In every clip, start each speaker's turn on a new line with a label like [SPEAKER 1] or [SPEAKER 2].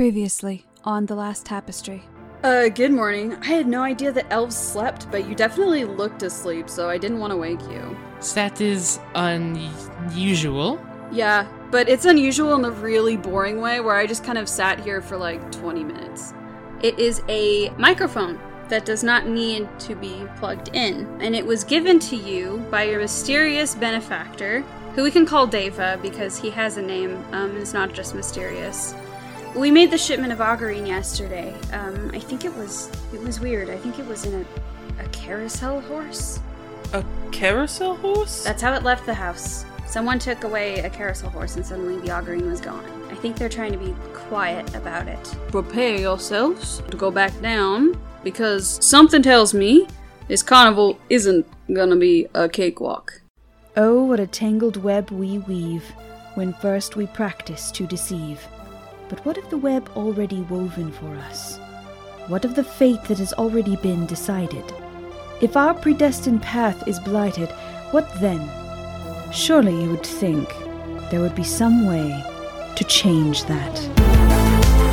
[SPEAKER 1] Previously, on The Last Tapestry.
[SPEAKER 2] Uh, good morning. I had no idea that elves slept, but you definitely looked asleep, so I didn't want to wake you.
[SPEAKER 3] That is unusual.
[SPEAKER 2] Yeah, but it's unusual in a really boring way where I just kind of sat here for like 20 minutes.
[SPEAKER 4] It is a microphone that does not need to be plugged in, and it was given to you by your mysterious benefactor, who we can call Deva because he has a name, um, and it's not just mysterious. We made the shipment of augurine yesterday. Um, I think it was it was weird. I think it was in a, a carousel horse.
[SPEAKER 3] A carousel horse?
[SPEAKER 4] That's how it left the house. Someone took away a carousel horse, and suddenly the augurine was gone. I think they're trying to be quiet about it.
[SPEAKER 2] Prepare yourselves to go back down because something tells me this carnival isn't gonna be a cakewalk.
[SPEAKER 5] Oh, what a tangled web we weave when first we practice to deceive. But what of the web already woven for us? What of the fate that has already been decided? If our predestined path is blighted, what then? Surely you would think there would be some way to change that.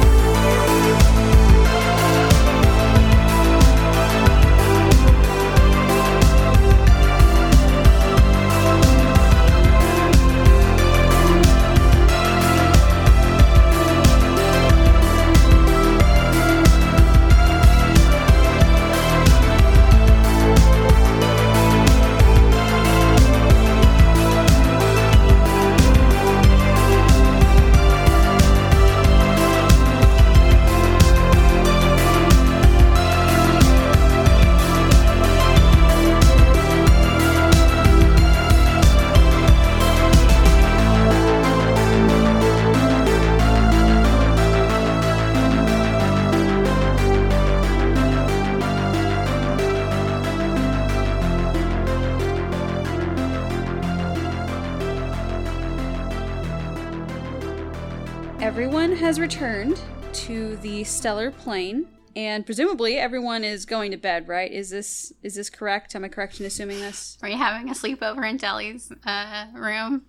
[SPEAKER 2] Everyone has returned to the stellar plane, and presumably everyone is going to bed, right? Is this is this correct? Am I correct in assuming this?
[SPEAKER 6] Are you having a sleepover in Deli's uh, room?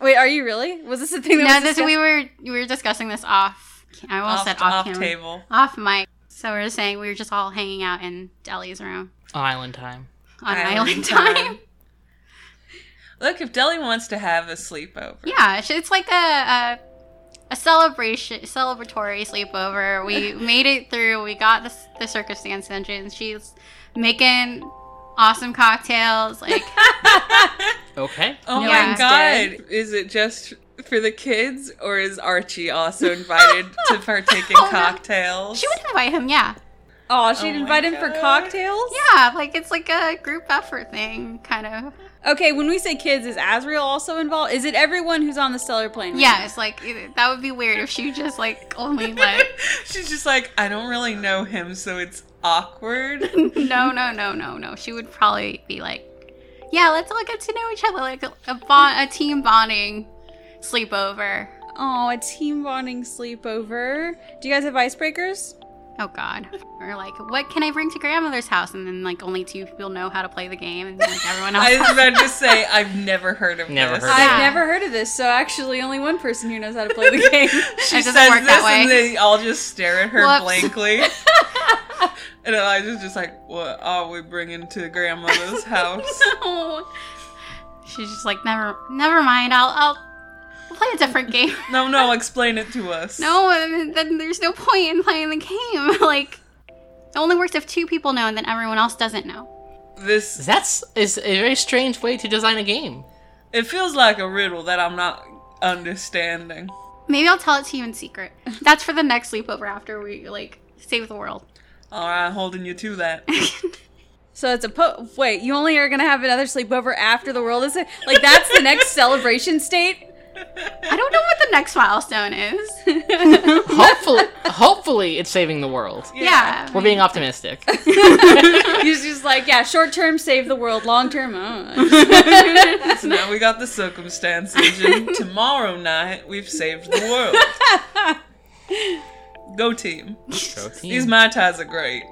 [SPEAKER 2] Wait, are you really? Was this a thing that
[SPEAKER 6] no,
[SPEAKER 2] was
[SPEAKER 6] this
[SPEAKER 2] discussed?
[SPEAKER 6] we were we were discussing this off. I almost said off, camera.
[SPEAKER 7] table.
[SPEAKER 6] off mic. So we were saying we were just all hanging out in Deli's room
[SPEAKER 3] Island time.
[SPEAKER 6] on
[SPEAKER 7] Island
[SPEAKER 6] island, time.
[SPEAKER 7] time. Look, if Deli wants to have a sleepover,
[SPEAKER 6] Yeah, it's- it's like a, a a celebration, celebratory sleepover. We made it through. We got the, the circumstance engine. She's making awesome cocktails. Like
[SPEAKER 3] Okay.
[SPEAKER 7] Oh
[SPEAKER 6] Yeah.
[SPEAKER 7] my god, is it just for the kids, or is Archie also invited to partake in
[SPEAKER 6] Oh, no.
[SPEAKER 7] cocktails?
[SPEAKER 6] she would invite him. Yeah,
[SPEAKER 2] Oh, she'd
[SPEAKER 7] Oh my
[SPEAKER 2] invite him for
[SPEAKER 7] God.
[SPEAKER 2] cocktails?
[SPEAKER 6] yeah. Like it's like a group effort thing, kind of.
[SPEAKER 2] Okay, when we say kids, is Azriel also involved? Is it everyone who's on the stellar plane? right
[SPEAKER 6] Yeah, it's like it- that would be weird if she just like only like
[SPEAKER 7] She's just like, I don't really know him, so it's awkward.
[SPEAKER 6] no no no no no. She would probably be like, yeah, let's all get to know each other like a, a bond, a team bonding sleepover.
[SPEAKER 2] now? Oh, a team bonding sleepover. Do you guys have icebreakers?
[SPEAKER 6] Oh God. Or like, what can I bring to grandmother's house? And then like only two people know how to play the game, and like everyone else.
[SPEAKER 7] I was about to say, I've never heard of
[SPEAKER 3] Never
[SPEAKER 7] this.
[SPEAKER 3] heard
[SPEAKER 2] I've
[SPEAKER 6] Yeah.
[SPEAKER 2] never heard of this, so actually only one person who knows how to play the game.
[SPEAKER 7] She
[SPEAKER 6] It doesn't
[SPEAKER 7] says
[SPEAKER 6] work
[SPEAKER 7] this,
[SPEAKER 6] that
[SPEAKER 7] and
[SPEAKER 6] way.
[SPEAKER 7] they all just stare at her
[SPEAKER 6] Whoops.
[SPEAKER 7] blankly. and Elijah's just like, "What are we bringing to grandmother's house?"
[SPEAKER 6] No. She's just like, never, never mind. I'll, I'll we'll play a different game.
[SPEAKER 7] no, no, explain it to us.
[SPEAKER 6] No, and then there's no point in playing the game. Like, it only works if two people know, and then everyone else doesn't know.
[SPEAKER 7] this
[SPEAKER 3] That's is a very strange way to design a game.
[SPEAKER 7] It feels like a riddle that I'm not understanding.
[SPEAKER 6] Maybe I'll tell it to you in secret. That's for the next sleepover after we like save the world.
[SPEAKER 7] All right, holding you to that.
[SPEAKER 2] So it's a po- wait. You only are gonna have another sleepover after the world is it? Like that's the next celebration state.
[SPEAKER 6] I don't know what the next milestone is.
[SPEAKER 3] Hopefully, hopefully it's saving the world.
[SPEAKER 6] yeah.
[SPEAKER 3] We're being optimistic.
[SPEAKER 2] He's just like, yeah, short term save the world, long term. Uh.
[SPEAKER 7] So now we got the circumstances, and tomorrow night we've saved the world. Go team. These Mai Tais are great.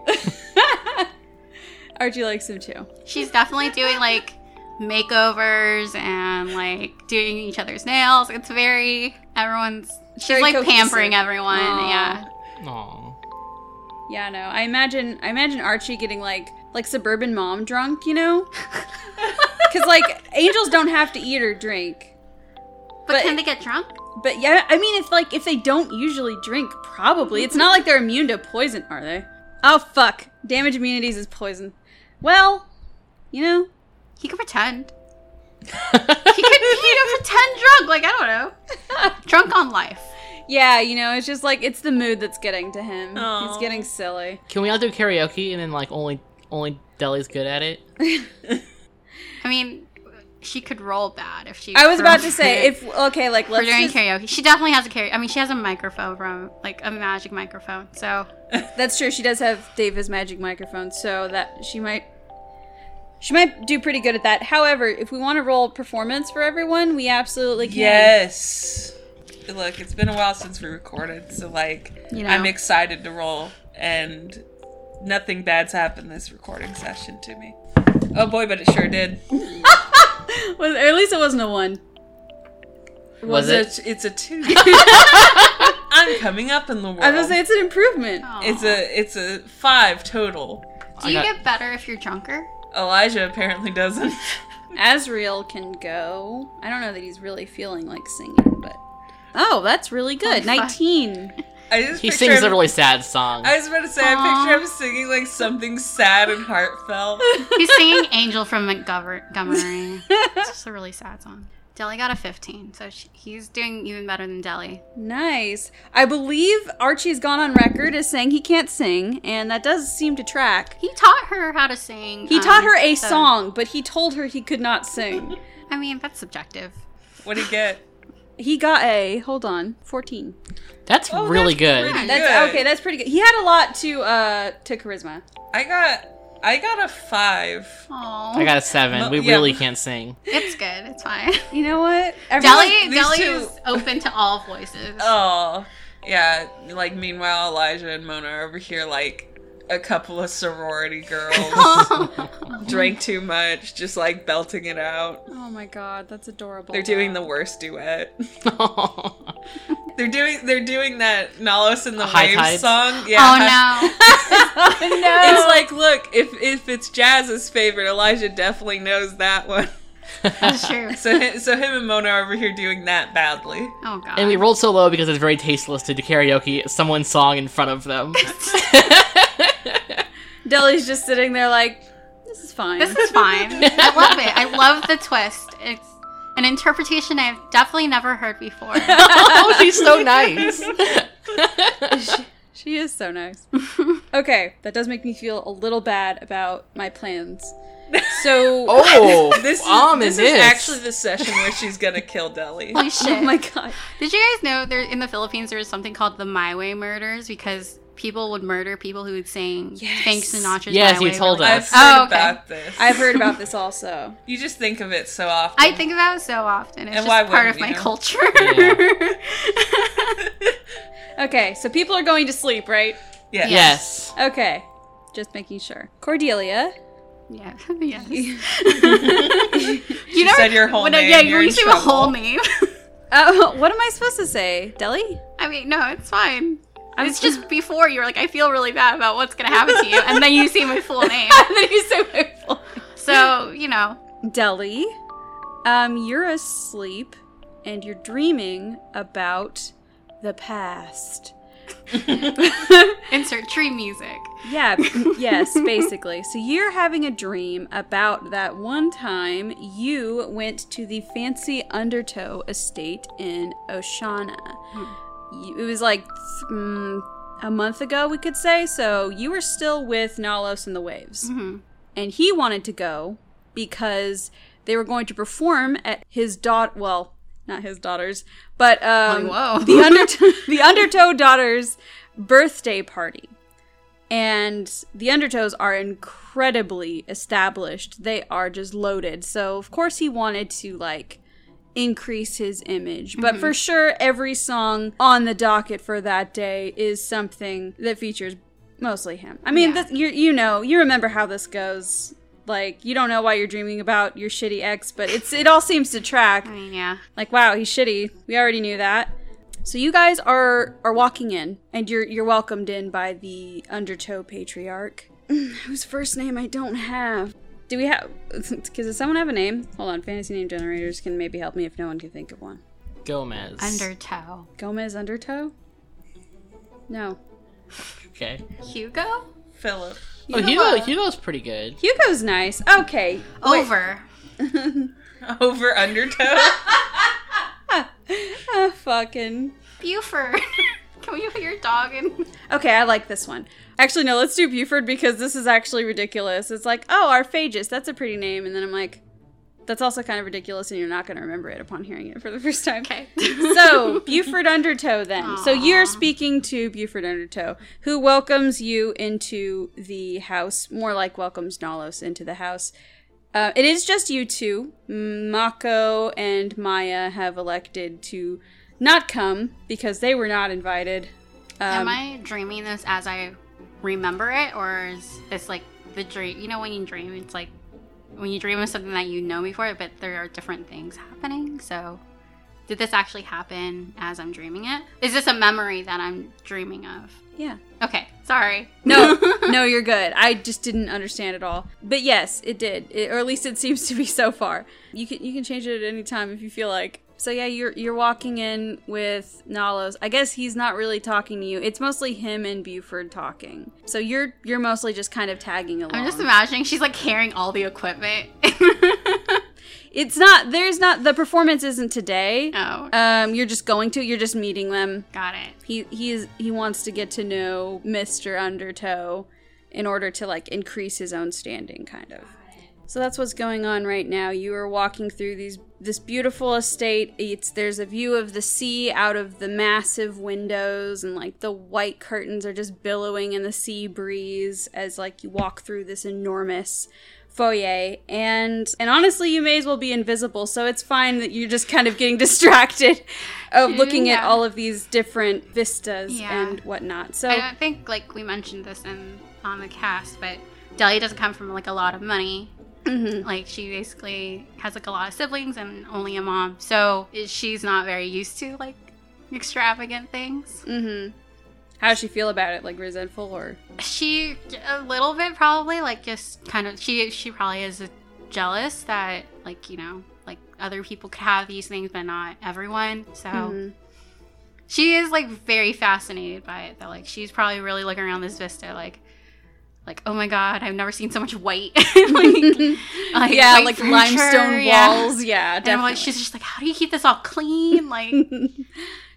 [SPEAKER 2] Archie likes him too.
[SPEAKER 6] She's definitely doing like makeovers and like doing each other's nails. It's very everyone's She's
[SPEAKER 2] Very
[SPEAKER 6] like
[SPEAKER 2] cohesive.
[SPEAKER 6] pampering everyone.
[SPEAKER 2] Aw.
[SPEAKER 6] Yeah.
[SPEAKER 3] Aw.
[SPEAKER 2] Yeah, no. I imagine I imagine Archie getting like like suburban mom drunk, you know? Cuz like angels don't have to eat or drink.
[SPEAKER 6] But,
[SPEAKER 2] But-
[SPEAKER 6] can they get drunk?
[SPEAKER 2] But yeah, I mean if like if they don't usually drink, probably. It's not like they're immune to poison, are they? Oh fuck. Damage immunities is poison. Well, you know,
[SPEAKER 6] He could pretend. he could he could pretend drunk. Like I don't know, drunk on life.
[SPEAKER 2] yeah, you know, it's just like it's the mood that's getting to him. He's
[SPEAKER 7] Aw.
[SPEAKER 2] getting silly.
[SPEAKER 3] Can we all do karaoke and then like only only Deli's good at it?
[SPEAKER 6] I mean, she could roll bad if she.
[SPEAKER 2] I was about to
[SPEAKER 6] drunk
[SPEAKER 2] say
[SPEAKER 6] it
[SPEAKER 2] if okay, like
[SPEAKER 6] for
[SPEAKER 2] let's
[SPEAKER 6] doing
[SPEAKER 2] just-
[SPEAKER 6] karaoke, she definitely has a karaoke. I mean, she has a microphone from like a magic microphone. So
[SPEAKER 2] That's true. She does have Davis magic microphone, so that she might she might do pretty good at that. However, if we want to roll performance for everyone, we absolutely can.
[SPEAKER 7] Yes. Look, it's been a while since we recorded, so like
[SPEAKER 2] You know.
[SPEAKER 7] I'm excited to roll and nothing bad's happened this recording session to me. Oh boy, but it sure did.
[SPEAKER 2] Well, or at least it wasn't a one.
[SPEAKER 3] Was it?
[SPEAKER 7] It's a, it's a two. I'm coming up in the world.
[SPEAKER 2] I was gonna say it's an improvement.
[SPEAKER 6] Oh.
[SPEAKER 7] it's a it's a five total.
[SPEAKER 3] I
[SPEAKER 6] do you
[SPEAKER 3] got-
[SPEAKER 6] get better if you're drunker?
[SPEAKER 7] Elijah apparently doesn't.
[SPEAKER 2] Azrael can go. I don't know that he's really feeling like singing, but oh, that's really good.
[SPEAKER 6] Oh, fuck.
[SPEAKER 2] Nineteen.
[SPEAKER 7] I just
[SPEAKER 3] He
[SPEAKER 7] picture
[SPEAKER 3] sings
[SPEAKER 7] him-
[SPEAKER 3] a really sad song.
[SPEAKER 7] I was about to say I picture him singing like something sad and heartfelt.
[SPEAKER 6] He's singing "Angel" from Montgomery. it's just a really sad song. Deli got a 15, so she, he's doing even better than Deli.
[SPEAKER 2] Nice. I believe Archie's gone on record as saying he can't sing, and that does seem to track.
[SPEAKER 6] He taught her how to sing.
[SPEAKER 2] He
[SPEAKER 6] um,
[SPEAKER 2] taught her a
[SPEAKER 6] so-
[SPEAKER 2] song, but he told her he could not sing.
[SPEAKER 6] I mean, that's subjective.
[SPEAKER 7] What do you get?
[SPEAKER 2] He got a hold on fourteen.
[SPEAKER 3] Oh, that's really good.
[SPEAKER 7] pretty
[SPEAKER 2] That's
[SPEAKER 7] good.
[SPEAKER 2] okay. That's pretty good. He had a lot to uh to charisma.
[SPEAKER 7] I got I got a five.
[SPEAKER 3] I
[SPEAKER 6] Oh,
[SPEAKER 3] got a seven.
[SPEAKER 7] Mo-
[SPEAKER 3] we
[SPEAKER 7] yeah.
[SPEAKER 3] really can't sing.
[SPEAKER 6] it's good. It's fine.
[SPEAKER 2] You know what? Everyone-
[SPEAKER 6] Deli,
[SPEAKER 7] these
[SPEAKER 6] Deli
[SPEAKER 7] two-
[SPEAKER 6] is open to all voices.
[SPEAKER 7] Oh yeah. Like meanwhile, Elijah and Mona are over here like a couple of sorority girls drank too much, just like belting it out.
[SPEAKER 2] Oh my god, that's adorable.
[SPEAKER 7] They're doing the worst duet. They're doing they're doing that Nalos and the
[SPEAKER 3] High
[SPEAKER 7] Waves
[SPEAKER 3] Tides.
[SPEAKER 7] song. Yeah.
[SPEAKER 6] oh no.
[SPEAKER 7] It's like, look, if if it's Jazz's favorite, Elijah definitely knows that one.
[SPEAKER 6] That's true.
[SPEAKER 7] So hi- so him and Mona are over here doing that badly.
[SPEAKER 6] Oh god.
[SPEAKER 3] and we rolled so low because it's very tasteless to do karaoke someone's song in front of them.
[SPEAKER 2] Deli's just sitting there like, this is fine.
[SPEAKER 6] this is fine. I love it. I love the twist. It's an interpretation I've definitely never heard before.
[SPEAKER 3] oh, she's so nice.
[SPEAKER 2] she is so nice. okay, that does make me feel a little bad about my plans. So, oh.
[SPEAKER 3] Oh,
[SPEAKER 7] This is,
[SPEAKER 3] um,
[SPEAKER 7] this
[SPEAKER 3] and
[SPEAKER 7] is actually the session where she's gonna kill Deli.
[SPEAKER 6] Holy shit.
[SPEAKER 2] oh my god,
[SPEAKER 6] Did you guys know there in the Philippines there was something called the My Way murders because people would murder people who would sing
[SPEAKER 2] Yes.
[SPEAKER 6] Frank Sinatra's
[SPEAKER 3] Yes,
[SPEAKER 6] My
[SPEAKER 3] you
[SPEAKER 6] Way
[SPEAKER 3] told
[SPEAKER 6] really-
[SPEAKER 3] us.
[SPEAKER 7] I've heard
[SPEAKER 6] Oh, okay.
[SPEAKER 7] about this.
[SPEAKER 2] I've heard about this also.
[SPEAKER 7] you just think of it so often.
[SPEAKER 6] I think about it so often. It's
[SPEAKER 7] And why
[SPEAKER 6] just part
[SPEAKER 7] wouldn't
[SPEAKER 6] of my
[SPEAKER 7] you?
[SPEAKER 6] culture.
[SPEAKER 3] Yeah.
[SPEAKER 2] Okay, so people are going to sleep, right?
[SPEAKER 7] Yeah.
[SPEAKER 3] Yes.
[SPEAKER 2] Okay, just making sure. Cordelia,
[SPEAKER 6] yeah. Yes.
[SPEAKER 7] She said your whole
[SPEAKER 6] when I-
[SPEAKER 7] name.
[SPEAKER 6] yeah,
[SPEAKER 7] you're in
[SPEAKER 6] when you say my
[SPEAKER 7] trouble.
[SPEAKER 6] whole name.
[SPEAKER 2] uh, what am I supposed to say, Deli?
[SPEAKER 6] I mean, no, it's fine. it's just before you were like, I feel really bad about what's gonna happen to you, and then you say my full name.
[SPEAKER 2] And then you say my full
[SPEAKER 6] So you know,
[SPEAKER 2] Deli, um, you're asleep and you're dreaming about the past.
[SPEAKER 6] insert tree music.
[SPEAKER 2] Yeah, b- yes, basically. So you're having a dream about that one time you went to the fancy Undertow estate in Oshana. You- It was like mm, a month ago, we could say. So you were still with Nalos and the Waves
[SPEAKER 6] Mhm.
[SPEAKER 2] and he wanted to go because they were going to perform at his daughter well not his daughters but um
[SPEAKER 6] Like, whoa.
[SPEAKER 2] the undertow the undertow daughters birthday party and the undertows are incredibly established they are just loaded so of course he wanted to like increase his image but
[SPEAKER 6] Mm-hmm.
[SPEAKER 2] for sure every song on the docket for that day is something that features mostly him. I mean,
[SPEAKER 6] Yeah.
[SPEAKER 2] this, you you know, you remember how this goes. Like, you don't know why you're dreaming about your shitty ex, but it's it all seems to track.
[SPEAKER 6] I mean, yeah.
[SPEAKER 2] Like, wow, he's shitty. We already knew that. So you guys are are walking in, and you're you're welcomed in by the Undertow Patriarch, whose first name I don't have. Do we have? Does someone have a name? Hold on, fantasy name generators can maybe help me if no one can think of one.
[SPEAKER 3] Gomez.
[SPEAKER 6] Undertow.
[SPEAKER 2] Gomez Undertow. No,
[SPEAKER 3] Okay.
[SPEAKER 6] Hugo?
[SPEAKER 7] Philip.
[SPEAKER 3] Oh, Hugo, Hugo's pretty good.
[SPEAKER 2] Hugo's nice. Okay, wait.
[SPEAKER 6] Over.
[SPEAKER 7] Over undertow.
[SPEAKER 2] Ah, fucking.
[SPEAKER 6] Buford. Can we put your dog in?
[SPEAKER 2] Okay, I like this one. Actually, no, let's do Buford because this is actually ridiculous. It's like, oh, Arphagus, that's a pretty name. And then I'm like, that's also kind of ridiculous, and you're not going to remember it upon hearing it for the first time.
[SPEAKER 6] Okay.
[SPEAKER 2] so, Buford Undertow, then. So, you're speaking to Buford Undertow, who welcomes you into the house, more like welcomes Nalos into the house. Uh, it is just you two. Mako and Maya have elected to not come because they were not invited.
[SPEAKER 6] Am
[SPEAKER 2] Um,
[SPEAKER 6] I dreaming this as I remember it, or is this like the dream? You know, when you dream, it's like when you dream of something that you know before, but there are different things happening. So, did this actually happen as I'm dreaming it? Is this a memory that I'm dreaming of?
[SPEAKER 2] Yeah.
[SPEAKER 6] Okay, sorry.
[SPEAKER 2] No, no, you're good. I just didn't understand at all. But yes, it did, it, or at least it seems to be so far. You can you can change it at any time if you feel like. So yeah, you're you're walking in with Nalos. I guess he's not really talking to you. It's mostly him and Buford talking. So you're you're mostly just kind of tagging along.
[SPEAKER 6] I'm just imagining she's like carrying all the equipment.
[SPEAKER 2] it's not there's not the performance isn't today.
[SPEAKER 6] oh,
[SPEAKER 2] Um, you're just going to you're just meeting them.
[SPEAKER 6] got it.
[SPEAKER 2] He he is he wants to get to know Mr. Undertow in order to like increase his own standing kind of. So that's what's going on right now. You are walking through these this beautiful estate. It's there's a view of the sea out of the massive windows and like the white curtains are just billowing in the sea breeze as like you walk through this enormous foyer and and honestly you may as well be invisible so it's fine that you're just kind of getting distracted of looking at
[SPEAKER 6] Yeah.
[SPEAKER 2] all of these different vistas
[SPEAKER 6] Yeah.
[SPEAKER 2] and whatnot so
[SPEAKER 6] I don't think like we mentioned this in on the cast, but Delia doesn't come from like a lot of money.
[SPEAKER 2] mm-hmm,
[SPEAKER 6] Like she basically has like a lot of siblings and only a mom, so it- she's not very used to like extravagant things.
[SPEAKER 2] mm-hmm. how does she feel about it like resentful or
[SPEAKER 6] She a little bit probably like just kind of she she probably is jealous that like you know like other people could have these things but not everyone. So.
[SPEAKER 2] Mhm.
[SPEAKER 6] she is like very fascinated by it though like she's probably really looking around this vista like like oh my god i've never seen so much white like, like,
[SPEAKER 2] yeah
[SPEAKER 6] white
[SPEAKER 2] like
[SPEAKER 6] furniture,
[SPEAKER 2] limestone
[SPEAKER 6] yeah.
[SPEAKER 2] walls yeah,
[SPEAKER 6] and I'm
[SPEAKER 2] definitely
[SPEAKER 6] like, she's just like how do you keep this all clean like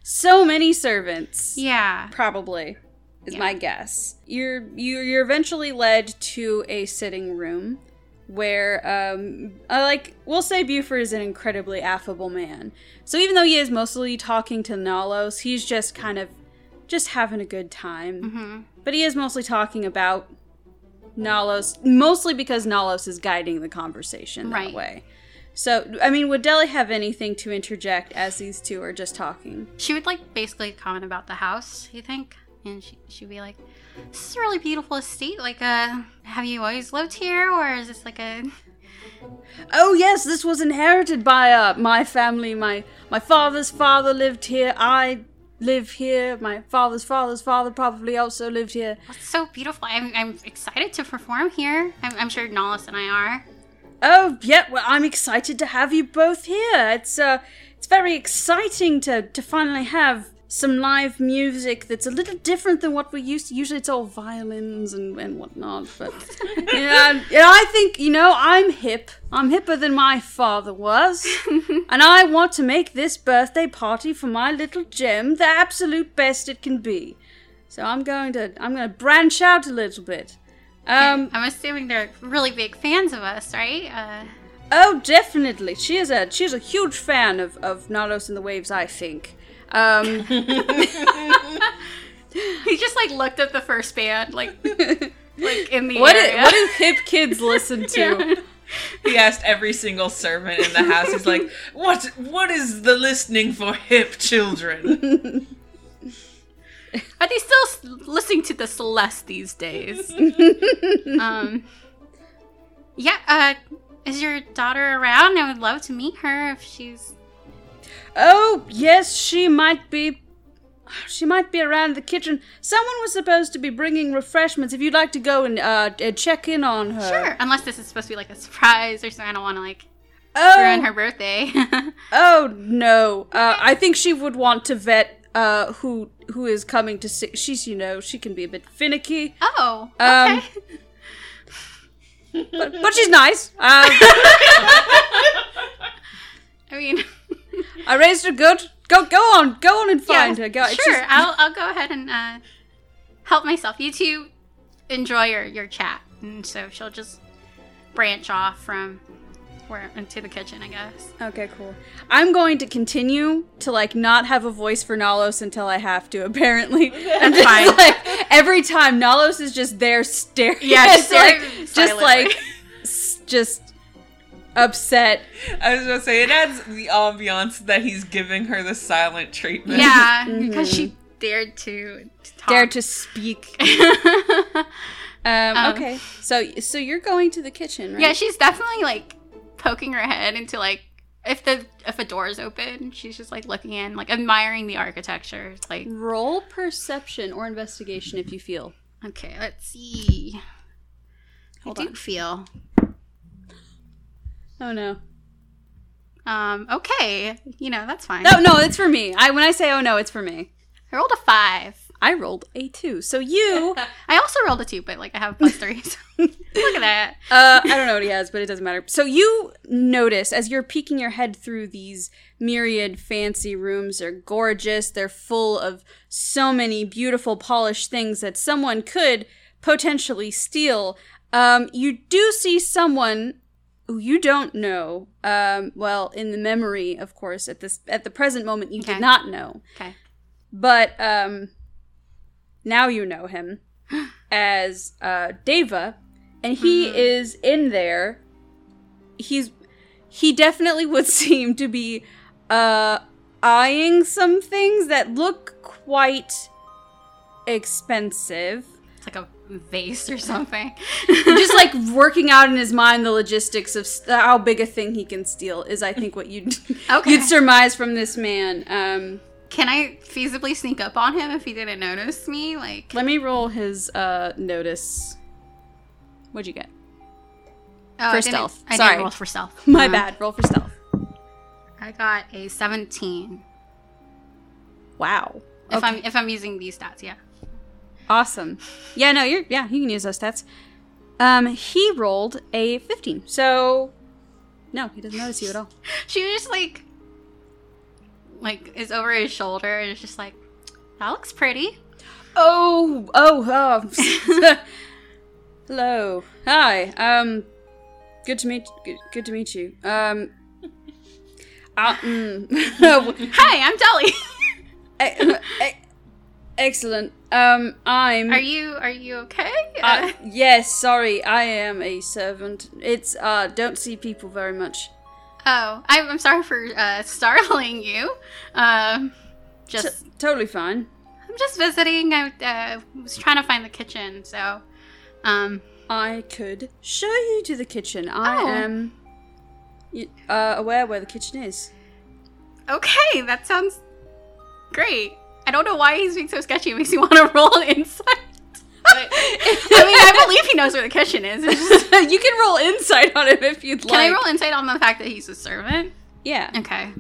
[SPEAKER 2] so many servants
[SPEAKER 6] yeah
[SPEAKER 2] probably is
[SPEAKER 6] Yeah.
[SPEAKER 2] my guess you're you're you're eventually led to a sitting room where um I like we'll say Buford is an incredibly affable man. So even though he is mostly talking to Nalos, he's just kind of just having a good time.
[SPEAKER 6] hmm
[SPEAKER 2] But he is mostly talking about Nalos, mostly because Nalos is guiding the conversation that
[SPEAKER 6] Right.
[SPEAKER 2] way. So I mean, would Deli have anything to interject as these two are just talking?
[SPEAKER 6] she would like basically comment about the house you think and she, she'd be like this is a really beautiful estate like uh have you always lived here or is this like a
[SPEAKER 2] Oh yes, this was inherited by uh, my family. My my father's father lived here. I live here. My father's father's father probably also lived here.
[SPEAKER 6] it's so beautiful i'm, I'm excited to perform here i'm, I'm sure Nollis and i are
[SPEAKER 2] Oh yeah, well I'm excited to have you both here. It's uh it's very exciting to to finally have some live music that's a little different than what we used to. Usually it's all violins and, and whatnot, but yeah, yeah, I think, you know, I'm hip. I'm hipper than my father was. and I want to make this birthday party for my little gem the absolute best it can be. So I'm going to I'm gonna branch out a little bit. Um
[SPEAKER 6] I'm assuming they're really big fans of us, right? Uh,
[SPEAKER 2] Oh, definitely. She is a she is a huge fan of of Nalos and the Waves. I think. Um,
[SPEAKER 6] he just like looked at the first band, like like in the
[SPEAKER 2] what do,
[SPEAKER 6] area.
[SPEAKER 2] what do hip kids listen to?
[SPEAKER 7] He asked every single servant in the house. He's like, "What? What is the listening for hip children?"
[SPEAKER 6] Are they still s- listening to the Celeste these days? um, yeah. Uh, is your daughter around? I would love to meet her if she's.
[SPEAKER 2] Oh, yes, she might be She might be around the kitchen. Someone was supposed to be bringing refreshments. If you'd like to go and uh, uh, check in on her.
[SPEAKER 6] Sure. Unless this is supposed to be like a surprise or something. I don't want to like
[SPEAKER 2] Oh,
[SPEAKER 6] ruin her birthday.
[SPEAKER 2] oh no. Uh, I think she would want to vet uh, who who is coming to see. She's you know she can be a bit finicky,
[SPEAKER 6] oh.
[SPEAKER 2] Um,
[SPEAKER 6] Okay. Oh.
[SPEAKER 2] but but she's nice. Uh,
[SPEAKER 6] I mean,
[SPEAKER 2] I raised her good. Go go on, go on and find
[SPEAKER 6] yeah,
[SPEAKER 2] her. Go,
[SPEAKER 6] Sure.
[SPEAKER 2] she's-
[SPEAKER 6] I'll, I'll go ahead and uh, help myself. You two enjoy your, your chat. And so she'll just branch off from where into the kitchen, I guess.
[SPEAKER 2] Okay, cool. I'm going to continue to like not have a voice for Nalos until I have to. Apparently, I'm just
[SPEAKER 6] fine.
[SPEAKER 2] like every time Nalos is just there staring.
[SPEAKER 6] Yeah,
[SPEAKER 2] at,
[SPEAKER 6] just staring
[SPEAKER 2] like just
[SPEAKER 6] silently.
[SPEAKER 2] like s- just upset.
[SPEAKER 7] I was gonna say it adds the ambiance that he's giving her the silent treatment.
[SPEAKER 6] Yeah, because she dared to, Mm-hmm. to talk.
[SPEAKER 2] Dare to speak. Um,
[SPEAKER 6] Um,
[SPEAKER 2] okay, so so you're going to the kitchen, right?
[SPEAKER 6] yeah, she's definitely like poking her head into like if the if a door is open, she's just like looking in, like admiring the architecture. It's like
[SPEAKER 2] Roll perception or investigation if you feel.
[SPEAKER 6] okay, let's see.
[SPEAKER 2] Hold
[SPEAKER 6] I do
[SPEAKER 2] on.
[SPEAKER 6] feel
[SPEAKER 2] Oh no.
[SPEAKER 6] um okay. You know that's fine.
[SPEAKER 2] No, no, it's for me. I when I say oh no, it's for me.
[SPEAKER 6] I rolled a five.
[SPEAKER 2] I rolled a two. So you
[SPEAKER 6] I also rolled a two, but like I have a plus three. So look at that.
[SPEAKER 2] Uh, I don't know what he has, but it doesn't matter. So you notice as you're peeking your head through these myriad fancy rooms. They're gorgeous. They're full of so many beautiful polished things that someone could potentially steal. Um, you do see someone who you don't know. Um, well, in the memory, of course, at this at the present moment, you
[SPEAKER 6] Okay.
[SPEAKER 2] did not know,
[SPEAKER 6] Okay.
[SPEAKER 2] but um, now you know him as uh, Deva, and he is in there. He's he definitely would seem to be uh, eyeing some things that look quite expensive.
[SPEAKER 6] It's like a vase or something.
[SPEAKER 2] Just like working out in his mind the logistics of s how big a thing he can steal is, I think, what you'd
[SPEAKER 6] Okay.
[SPEAKER 2] you'd surmise from this man. Um,
[SPEAKER 6] Can I feasibly sneak up on him if he didn't notice me? Like
[SPEAKER 2] let me roll his uh, notice. What'd you get?
[SPEAKER 6] oh, I
[SPEAKER 2] for
[SPEAKER 6] didn't-
[SPEAKER 2] stealth.
[SPEAKER 6] I
[SPEAKER 2] Sorry.
[SPEAKER 6] didn't roll for stealth.
[SPEAKER 2] My
[SPEAKER 6] Um,
[SPEAKER 2] bad. Roll for stealth.
[SPEAKER 6] I got a 17.
[SPEAKER 2] Wow.
[SPEAKER 6] If I'm if I'm using these stats, yeah.
[SPEAKER 2] Awesome. Yeah, no, you're yeah, you can use those stats. Um, he rolled a fifteen, so no, he doesn't notice you at all.
[SPEAKER 6] She was just like like is over his shoulder and is just like that looks pretty.
[SPEAKER 2] Oh, oh, oh. Hello. Hi. Um good to meet good, good to meet you. Um uh, mm.
[SPEAKER 6] Hi, I'm Dolly.
[SPEAKER 2] E- e- Excellent. Um I'm
[SPEAKER 6] Are you are you okay?
[SPEAKER 2] uh,
[SPEAKER 6] Uh,
[SPEAKER 2] yes, sorry. I am a servant. It's uh don't see people very much.
[SPEAKER 6] oh, I'm, I'm sorry for uh, startling you. Um,
[SPEAKER 2] T-
[SPEAKER 6] just
[SPEAKER 2] totally fine.
[SPEAKER 6] I'm just visiting. I uh, was trying to find the kitchen, so um,
[SPEAKER 2] I could show you to the kitchen. I
[SPEAKER 6] Oh.
[SPEAKER 2] am y- uh, aware where the kitchen is.
[SPEAKER 6] okay, that sounds great. I don't know why he's being so sketchy. It makes me want to roll insight. But, I mean, I believe he knows where the kitchen is. It's just-
[SPEAKER 2] you can roll insight on him if you'd
[SPEAKER 6] can
[SPEAKER 2] like.
[SPEAKER 6] I roll insight on the fact that he's a servant?
[SPEAKER 2] Yeah.
[SPEAKER 6] Okay.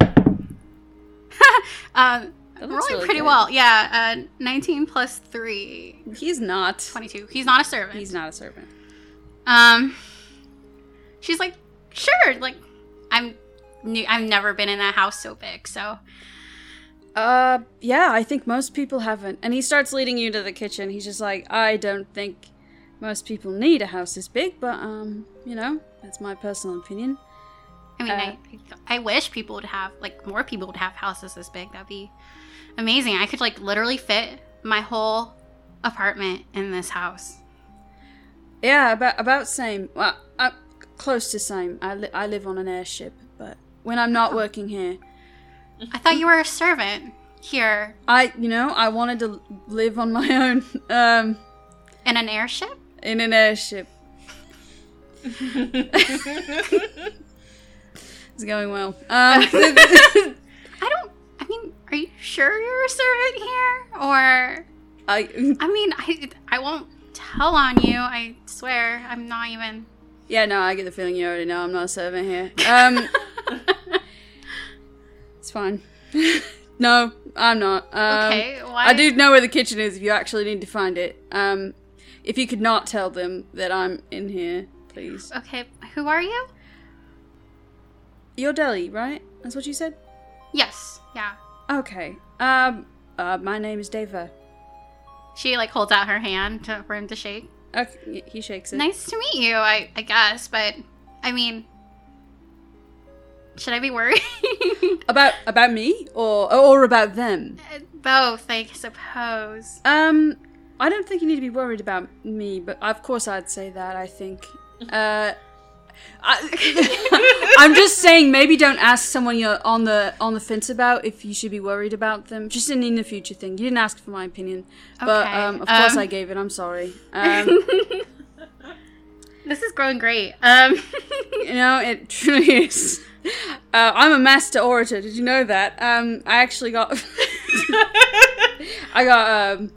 [SPEAKER 6] um,
[SPEAKER 2] That
[SPEAKER 6] rolling
[SPEAKER 2] looks really
[SPEAKER 6] pretty
[SPEAKER 2] good.
[SPEAKER 6] well. Yeah, uh, 19 plus 3,
[SPEAKER 2] He's not.
[SPEAKER 6] 22. He's not a servant.
[SPEAKER 2] He's not a servant.
[SPEAKER 6] Um, she's like, sure. Like, I'm new. I've never been in a house so big. So
[SPEAKER 2] Uh, yeah, I think most people haven't. And he starts leading you to the kitchen. He's just like, I don't think most people need a house this big, but, um, you know, that's my personal opinion.
[SPEAKER 6] I mean,
[SPEAKER 2] Uh,
[SPEAKER 6] I I wish people would have like more people would have houses this big. That'd be amazing. I could like literally fit my whole apartment in this house.
[SPEAKER 2] Yeah, about about same. Well, uh, close to same. I, li- I live on an airship, but when I'm not working here,
[SPEAKER 6] I thought you were a servant here
[SPEAKER 2] I, you know, I wanted to live on my own, um,
[SPEAKER 6] in an airship.
[SPEAKER 2] in an airship. it's going well. Um,
[SPEAKER 6] I don't. I mean, "Are you sure you're a servant here?" Or,
[SPEAKER 2] I,
[SPEAKER 6] I mean, I I won't tell on you. I swear, I'm not even.
[SPEAKER 2] yeah, no, I get the feeling you already know I'm not a servant here. Um, it's fine. no, I'm not. Um,
[SPEAKER 6] Okay, why?
[SPEAKER 2] I do know where the kitchen is if you actually need to find it. Um, if you could not tell them that I'm in here, please.
[SPEAKER 6] Okay, who are you?
[SPEAKER 2] Your deli, right? That's what you said?
[SPEAKER 6] Yes, yeah.
[SPEAKER 2] Okay. Um, uh, my name is Deva.
[SPEAKER 6] She like holds out her hand to, for him to shake.
[SPEAKER 2] Okay, y- he shakes it.
[SPEAKER 6] Nice to meet you, I, I guess, but I mean, should I be worried?
[SPEAKER 2] About about me or or about them?
[SPEAKER 6] Both, I suppose.
[SPEAKER 2] Um, I don't think you need to be worried about me, but of course I'd say that. I think. Uh, I, I'm just saying, maybe don't ask someone you're on the on the fence about if you should be worried about them. Just an in the future thing. You didn't ask for my opinion, but
[SPEAKER 6] Okay,
[SPEAKER 2] um, of course
[SPEAKER 6] um.
[SPEAKER 2] I gave it. I'm sorry. Um,
[SPEAKER 6] This is going great. Um,
[SPEAKER 2] you know, it truly is. Uh, I'm a master orator. Did you know that? Um, I actually got. I got um,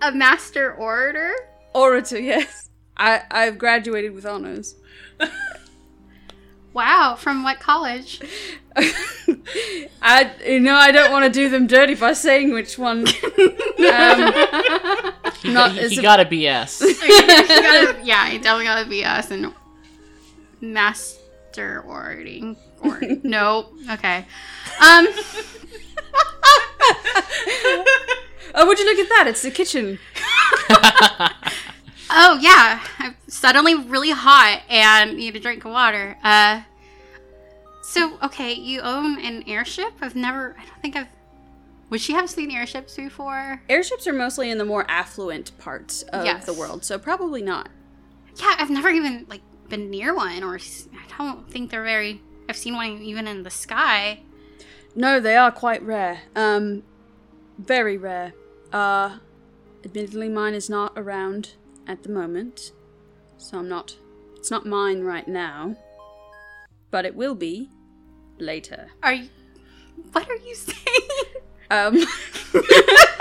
[SPEAKER 6] a master orator.
[SPEAKER 2] orator. Yes, I I've graduated with honors.
[SPEAKER 6] Wow, from what college?
[SPEAKER 2] I you know I don't want to do them dirty by saying which one. Um,
[SPEAKER 3] He,
[SPEAKER 2] Not
[SPEAKER 3] he,
[SPEAKER 2] as
[SPEAKER 3] he
[SPEAKER 2] a-
[SPEAKER 3] got a BS.
[SPEAKER 6] You gotta- yeah, I definitely gotta be us and master orating. Or nope. Okay. Um,
[SPEAKER 2] oh, would you look at that? It's the kitchen.
[SPEAKER 6] Oh yeah, I'm suddenly really hot and need a drink of water. Uh, so okay, you own an airship. I've never. I don't think I've. Would she have seen airships before?
[SPEAKER 2] Airships are mostly in the more affluent parts of
[SPEAKER 6] Yes.
[SPEAKER 2] the world, so probably not.
[SPEAKER 6] Yeah, I've never even like been near one, or s- I don't think they're very. I've seen one even in the sky.
[SPEAKER 2] No, they are quite rare. Um, very rare. Uh, admittedly, mine is not around at the moment, so I'm not. It's not mine right now, but it will be later.
[SPEAKER 6] Are you? What are you saying?
[SPEAKER 2] Um.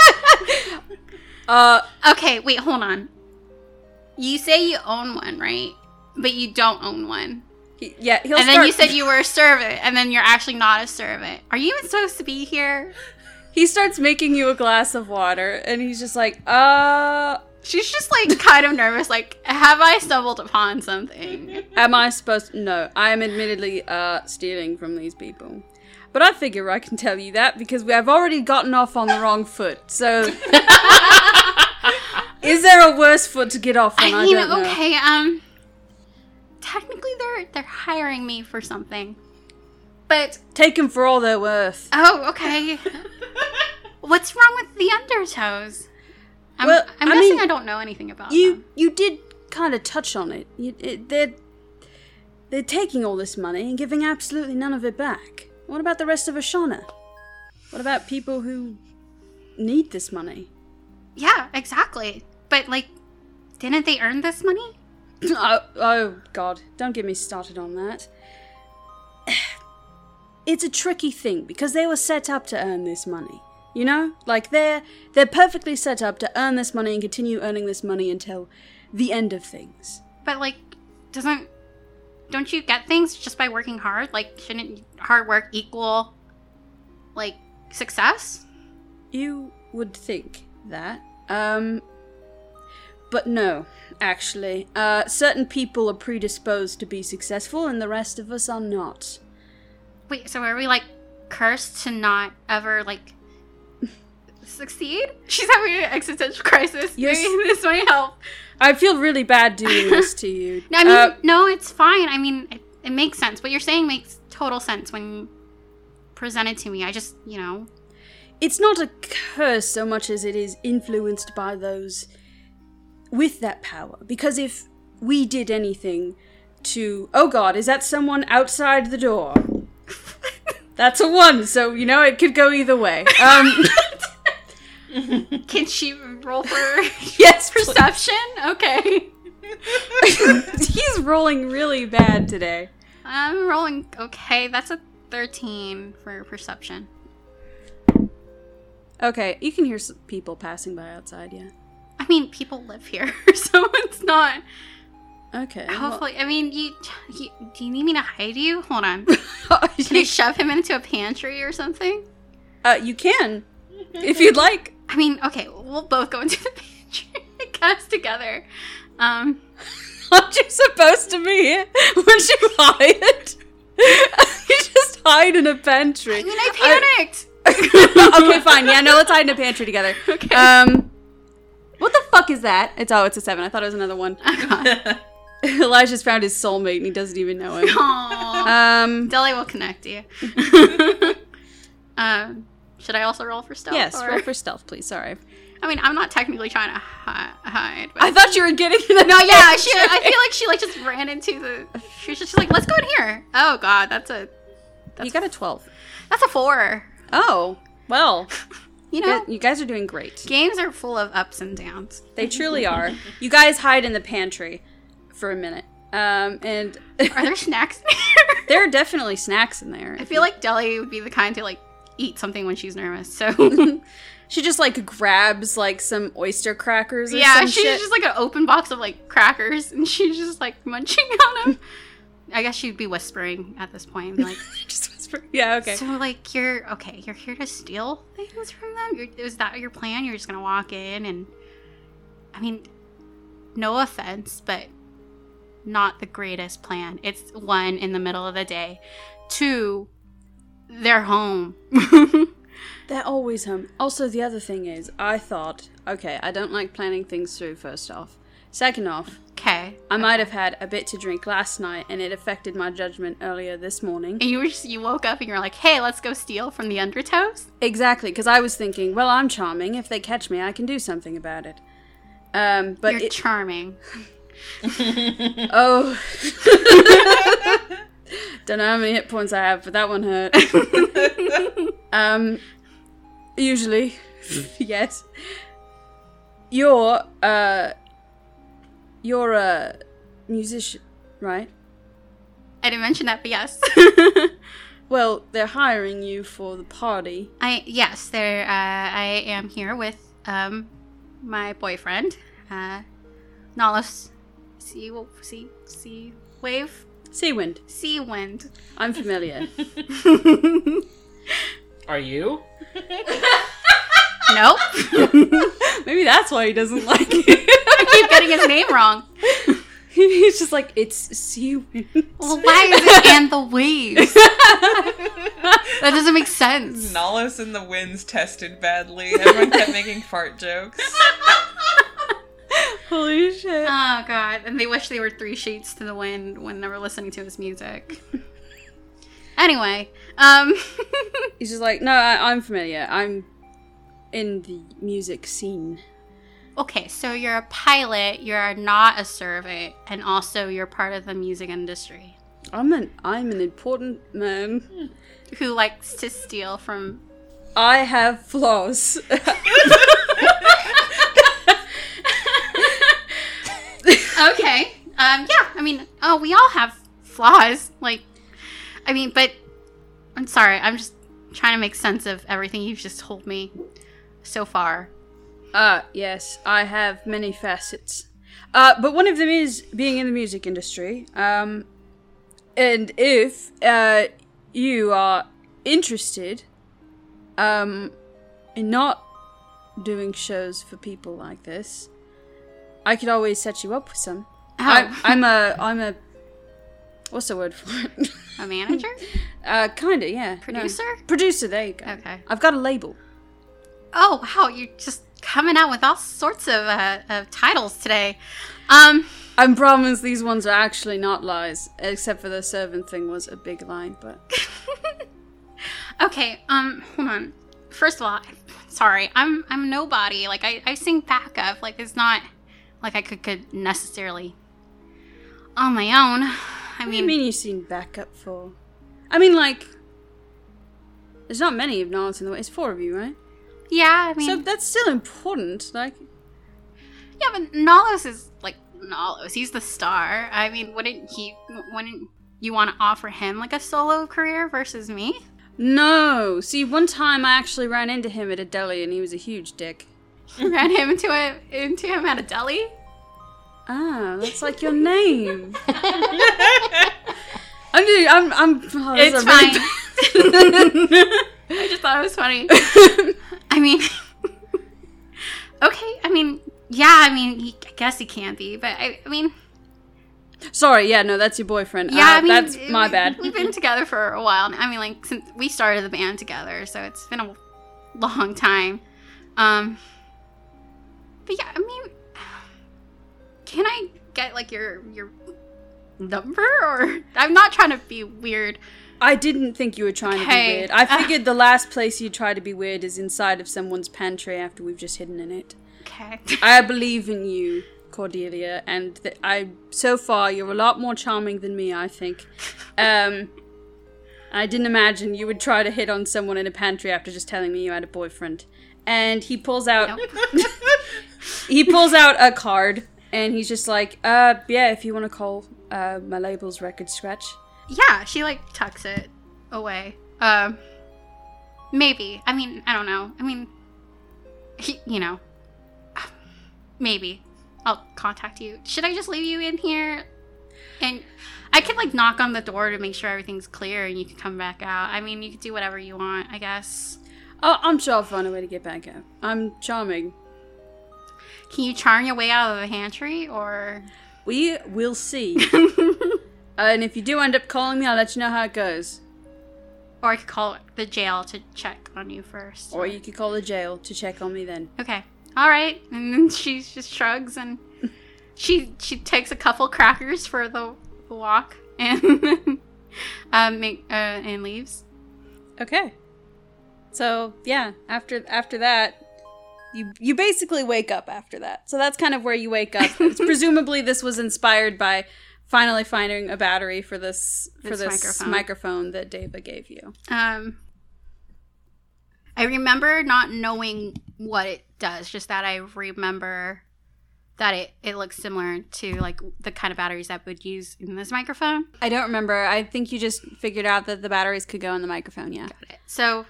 [SPEAKER 2] uh,
[SPEAKER 6] okay, wait, hold on. You say you own one, right? But you don't own one.
[SPEAKER 2] he- yeah, he'll
[SPEAKER 6] and
[SPEAKER 2] start.
[SPEAKER 6] then you said you were a servant, and then you're actually not a servant. Are you even supposed to be here?
[SPEAKER 2] he starts making you a glass of water, and he's just like, uh,
[SPEAKER 6] She's just like kind of nervous, like, have I stumbled upon something?
[SPEAKER 2] am I supposed? No, I am admittedly uh stealing from these people. But I figure I can tell you that because we have already gotten off on the wrong foot. So, is there a worse foot to get off on? I,
[SPEAKER 6] I mean,
[SPEAKER 2] don't know.
[SPEAKER 6] okay, um technically they're they're hiring me for something. But
[SPEAKER 2] Take them for all they're worth.
[SPEAKER 6] oh, okay. What's wrong with the undertows? I'm,
[SPEAKER 2] Well,
[SPEAKER 6] I'm
[SPEAKER 2] I
[SPEAKER 6] guessing
[SPEAKER 2] mean,
[SPEAKER 6] I don't know anything about
[SPEAKER 2] You
[SPEAKER 6] them.
[SPEAKER 2] you did kind of touch on it. You, it. They're they're taking all this money and giving absolutely none of it back. What about the rest of Ashana? What about people who need this money?
[SPEAKER 6] Yeah, exactly. But like, didn't they earn this money?
[SPEAKER 2] oh, oh God! Don't get me started on that. It's a tricky thing because they were set up to earn this money. You know, like they're they're perfectly set up to earn this money and continue earning this money until the end of things.
[SPEAKER 6] But like, doesn't don't you get things just by working hard? Like, shouldn't hard work equal like success?
[SPEAKER 2] You would think that. Um but no, actually. Uh certain people are predisposed to be successful and the rest of us are not.
[SPEAKER 6] Wait, so are we like cursed to not ever like succeed? She's having an existential crisis.
[SPEAKER 2] Yes.
[SPEAKER 6] Maybe this might help.
[SPEAKER 2] I feel really bad doing this to you.
[SPEAKER 6] No, I mean,
[SPEAKER 2] Uh,
[SPEAKER 6] no, it's fine. I mean, it, it makes sense. What you're saying makes total sense when presented to me. I just, you know,
[SPEAKER 2] it's not a curse so much as it is influenced by those with that power. Because if we did anything to oh god, is that someone outside the door? That's a one, so you know it could go either way. Um
[SPEAKER 6] can she roll for
[SPEAKER 2] yes, please.
[SPEAKER 6] perception? Okay.
[SPEAKER 2] He's rolling really bad today.
[SPEAKER 6] I'm rolling okay. That's a 13 for perception.
[SPEAKER 2] Okay, you can hear some people passing by outside, yeah.
[SPEAKER 6] I mean, people live here, so it's not.
[SPEAKER 2] Okay. well-
[SPEAKER 6] Hopefully, I mean, you, you. Do you need me to hide you? Hold on. Can I shove him into a pantry or something?
[SPEAKER 2] uh, you can, if you'd like.
[SPEAKER 6] I mean, okay, we'll both go into the pantry, I guess, together. Um,
[SPEAKER 2] Aren't you supposed to be here? Wouldn't you hide? you just hide in a pantry. Oh,
[SPEAKER 6] I mean, I panicked.
[SPEAKER 2] okay, fine. Yeah, no, let's hide in a pantry together. Okay. Um, what the fuck is that? It's oh, it's a seven. I thought it was another one. Elijah's found his soulmate and he doesn't even know him.
[SPEAKER 6] Aw.
[SPEAKER 2] Um,
[SPEAKER 6] Deli will connect you. um, should I also roll for stealth?
[SPEAKER 2] yes,
[SPEAKER 6] or-
[SPEAKER 2] roll for stealth, please. Sorry,
[SPEAKER 6] I mean, I'm not technically trying to hi- hide. But...
[SPEAKER 2] I thought you were getting in the
[SPEAKER 6] No, Oh, yeah, she. I feel like she like just ran into the. She was just like, "Let's go in here." Oh God, that's a
[SPEAKER 2] you got a twelve.
[SPEAKER 6] that's a four.
[SPEAKER 2] Oh well,
[SPEAKER 6] You
[SPEAKER 2] you,
[SPEAKER 6] know,
[SPEAKER 2] you guys are doing great.
[SPEAKER 6] games are full of ups and downs.
[SPEAKER 2] They truly are. You guys hide in the pantry for a minute, um, and
[SPEAKER 6] Are there snacks in here?
[SPEAKER 2] there are definitely snacks in there.
[SPEAKER 6] I feel like Deli would be the kind to like eat something when she's nervous. So
[SPEAKER 2] She just like grabs like some oyster crackers. Or
[SPEAKER 6] yeah,
[SPEAKER 2] some
[SPEAKER 6] she's
[SPEAKER 2] shit.
[SPEAKER 6] just like an open box of like crackers, and she's just like munching on them. I guess she'd be whispering at this point, like,
[SPEAKER 2] just whisper. Yeah, okay.
[SPEAKER 6] so like you're okay, you're here to steal things from them. You're, is that your plan? You're just gonna walk in and, I mean, no offense, but not the greatest plan. It's one in the middle of the day, two, they're home.
[SPEAKER 2] They're always home. Also, the other thing is, I thought, okay, I don't like planning things through, first off. Second off,
[SPEAKER 6] okay,
[SPEAKER 2] I might have had a bit to drink last night and it affected my judgment earlier this morning.
[SPEAKER 6] and you were just, you woke up and you're like, hey, let's go steal from the undertows.
[SPEAKER 2] Exactly, because I was thinking, well, I'm charming. If they catch me, I can do something about it. Um, but
[SPEAKER 6] You're
[SPEAKER 2] it-
[SPEAKER 6] charming.
[SPEAKER 2] oh. Don't know how many hit points I have, but that one hurt. um, usually, yes. You're uh, you're a musician, right?
[SPEAKER 6] I didn't mention that, but yes.
[SPEAKER 2] Well, they're hiring you for the party.
[SPEAKER 6] I yes, there. Uh, I am here with um my boyfriend, uh, Nalos. Sea sea sea wave
[SPEAKER 2] Seawind,
[SPEAKER 6] sea wind.
[SPEAKER 2] I'm familiar.
[SPEAKER 3] Are you?
[SPEAKER 6] Nope,
[SPEAKER 2] Maybe that's why he doesn't like it.
[SPEAKER 6] I keep getting his name wrong.
[SPEAKER 2] He's just like it's Seawind.
[SPEAKER 6] Well, why is it and the waves? that doesn't make sense.
[SPEAKER 7] Nollis and the winds tested badly. Everyone kept making fart jokes.
[SPEAKER 2] Holy shit!
[SPEAKER 6] Oh god, and they wish they were three sheets to the wind when they were listening to his music. anyway, um,
[SPEAKER 2] He's just like, no, I, I'm familiar. I'm in the music scene.
[SPEAKER 6] Okay, so you're a pilot, you're not a servant, and also you're part of the music industry
[SPEAKER 2] I'm an I'm an important man.
[SPEAKER 6] who likes to steal from.
[SPEAKER 2] I have flaws.
[SPEAKER 6] Okay, um, yeah, I mean, oh, we all have flaws. Like, I mean, but I'm sorry, I'm just trying to make sense of everything you've just told me so far.
[SPEAKER 2] Ah, yes, I have many facets. Uh, but one of them is being in the music industry. Um, and if uh, you are interested um, in not doing shows for people like this, I could always set you up with some.
[SPEAKER 6] Oh.
[SPEAKER 2] I, I'm a I'm a what's the word for it?
[SPEAKER 6] A manager?
[SPEAKER 2] uh, kinda, yeah. No.
[SPEAKER 6] Producer?
[SPEAKER 2] Producer, there you go.
[SPEAKER 6] Okay.
[SPEAKER 2] I've got a label.
[SPEAKER 6] Oh, wow, you're just coming out with all sorts of, uh, of titles today. Um,
[SPEAKER 2] I'm promised these ones are actually not lies, except for the servant thing was a big lie, but
[SPEAKER 6] Okay, um, hold on. First of all, I'm sorry, I'm I'm nobody. Like I, I sing backup. Like it's not like I could could necessarily on my own. I
[SPEAKER 2] I
[SPEAKER 6] mean,
[SPEAKER 2] mean, mean you've seen backup for. I mean, like, there's not many of Nolans in the way. It's four of you, right?
[SPEAKER 6] yeah, I mean,
[SPEAKER 2] so that's still important. Like,
[SPEAKER 6] yeah, but Nalos is like Nalos. He's the star. I mean, wouldn't he? Wouldn't you want to offer him like a solo career versus me?
[SPEAKER 2] No. See, one time I actually ran into him at a deli and he was a huge dick. Mm-hmm.
[SPEAKER 6] Ran him into a into him at a deli.
[SPEAKER 2] Ah, that's like your name. I'm doing, I'm, I'm, oh, this is
[SPEAKER 6] it's
[SPEAKER 2] a really
[SPEAKER 6] fine. I just thought it was funny. I mean, okay. I mean, yeah. I mean, he, I guess he can be, but I, I mean,
[SPEAKER 2] bad- Sorry, yeah, no, that's your boyfriend.
[SPEAKER 6] yeah.
[SPEAKER 2] Uh,
[SPEAKER 6] I mean,
[SPEAKER 2] that's my
[SPEAKER 6] we-
[SPEAKER 2] bad.
[SPEAKER 6] We've been together for a while. Now. I mean, like since we started the band together, so it's been a long time. Um, but yeah, I mean, can I get like your your number? Or I'm not trying to be weird.
[SPEAKER 2] I didn't think you were trying to
[SPEAKER 6] Okay.
[SPEAKER 2] be weird. I figured the last place you try to be weird is inside of someone's pantry after we've just hidden in it.
[SPEAKER 6] Okay.
[SPEAKER 2] I believe in you, Cordelia, and th- I. So far, you're a lot more charming than me. I think. Um, I didn't imagine you would try to hit on someone in a pantry after just telling me you had a boyfriend. And he pulls out. he pulls out a card, and he's just like, "Uh, yeah, if you want to call, uh, my label's Record Scratch."
[SPEAKER 6] yeah she like tucks it away um maybe i mean i don't know i mean he, you know maybe i'll contact you should i just leave you in here and i can like knock on the door to make sure everything's clear and you can come back out i mean you can do whatever you want i guess
[SPEAKER 2] Oh, I'm sure I'll find a way to get back out. I'm charming.
[SPEAKER 6] can you charm your way out of a pantry or
[SPEAKER 2] We will see. and if you do end up calling me, I'll let you know how it goes.
[SPEAKER 6] or i could call the jail to check on you first
[SPEAKER 2] Or you could call the jail to check on me then.
[SPEAKER 6] Okay. All right. And then she just shrugs and she she takes a couple crackers for the, the walk and um make, uh, and leaves.
[SPEAKER 2] Okay. So yeah, after after that, you you basically wake up after that. So that's kind of where you wake up. It's presumably this was inspired by finally finding a battery for this for
[SPEAKER 6] This
[SPEAKER 2] this microphone,
[SPEAKER 6] microphone.
[SPEAKER 2] that Deva gave you.
[SPEAKER 6] Um I remember not knowing what it does, just that I remember that it, it looks similar to like the kind of batteries that would use in this microphone.
[SPEAKER 2] I don't remember. I think you just figured out that the batteries could go in the microphone. Yeah.
[SPEAKER 6] about it. So,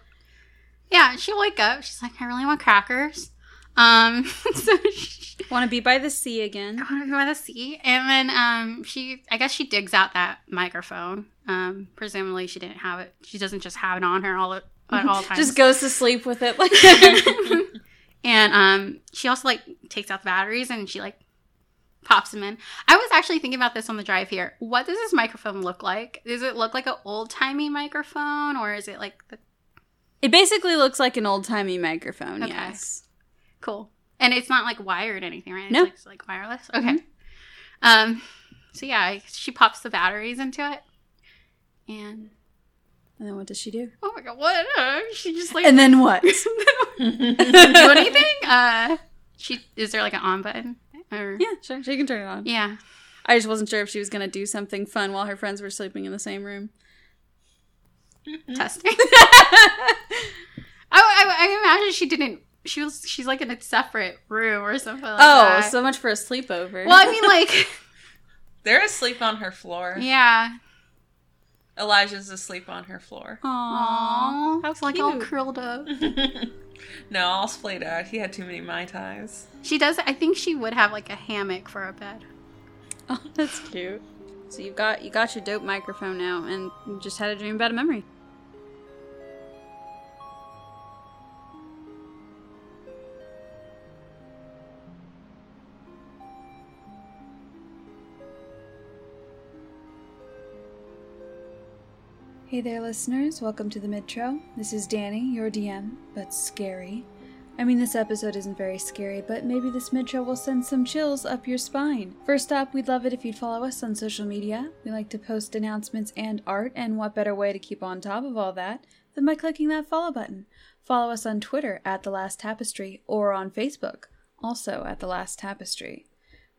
[SPEAKER 6] yeah, she'll wake up. She's like, I really want crackers. Um, so she,
[SPEAKER 2] Want to be by the sea again?
[SPEAKER 6] I want to go by the sea. And then um, she, I guess she digs out that microphone. Um, presumably, she didn't have it. She doesn't just have it on her all at at all times.
[SPEAKER 2] Just goes to sleep with it. Like
[SPEAKER 6] and um, she also like takes out the batteries and she like pops them in. I was actually thinking about this on the drive here. What does this microphone look like? Does it look like an old timey microphone, or is it like the
[SPEAKER 2] it basically looks like an old timey microphone.
[SPEAKER 6] Okay.
[SPEAKER 2] Yes.
[SPEAKER 6] Cool. And it's not like wired anything, right?
[SPEAKER 2] No. Mm-hmm.
[SPEAKER 6] It's like, like wireless. Okay. Um. So yeah, I- she pops the batteries into it, and
[SPEAKER 2] And then what does she do?
[SPEAKER 6] oh my god, what? Uh, she just like
[SPEAKER 2] And then what?
[SPEAKER 6] do anything? Uh, she is there like an on button or
[SPEAKER 2] yeah, sure. She can turn it on.
[SPEAKER 6] yeah.
[SPEAKER 2] I just wasn't sure if she was gonna do something fun while her friends were sleeping in the same room.
[SPEAKER 6] testing. I, Mm. I, I imagine she didn't. She was she's like in a separate room or something. Like
[SPEAKER 2] oh,
[SPEAKER 6] that.
[SPEAKER 2] so much for a sleepover.
[SPEAKER 6] well, I mean like
[SPEAKER 7] They're asleep on her floor.
[SPEAKER 6] yeah.
[SPEAKER 7] Elijah's asleep on her floor.
[SPEAKER 6] Aww, I was like all
[SPEAKER 2] cute.
[SPEAKER 6] curled up.
[SPEAKER 7] No, all splayed out. He had too many mai tais.
[SPEAKER 6] She does. I think she would have like a hammock for a bed.
[SPEAKER 2] oh, that's cute. So you got you got your dope microphone now, and you just had a dream about a memory.
[SPEAKER 1] Hey there, listeners. Welcome to the Midtro. This is Danny, your DM, but scary. I mean, this episode isn't very scary, but maybe this Midtro will send some chills up your spine. First up, we'd love it if you'd follow us on social media. We like to post announcements and art, and what better way to keep on top of all that than by clicking that follow button? Follow us on Twitter at The Last Tapestry or on Facebook, also at The Last Tapestry.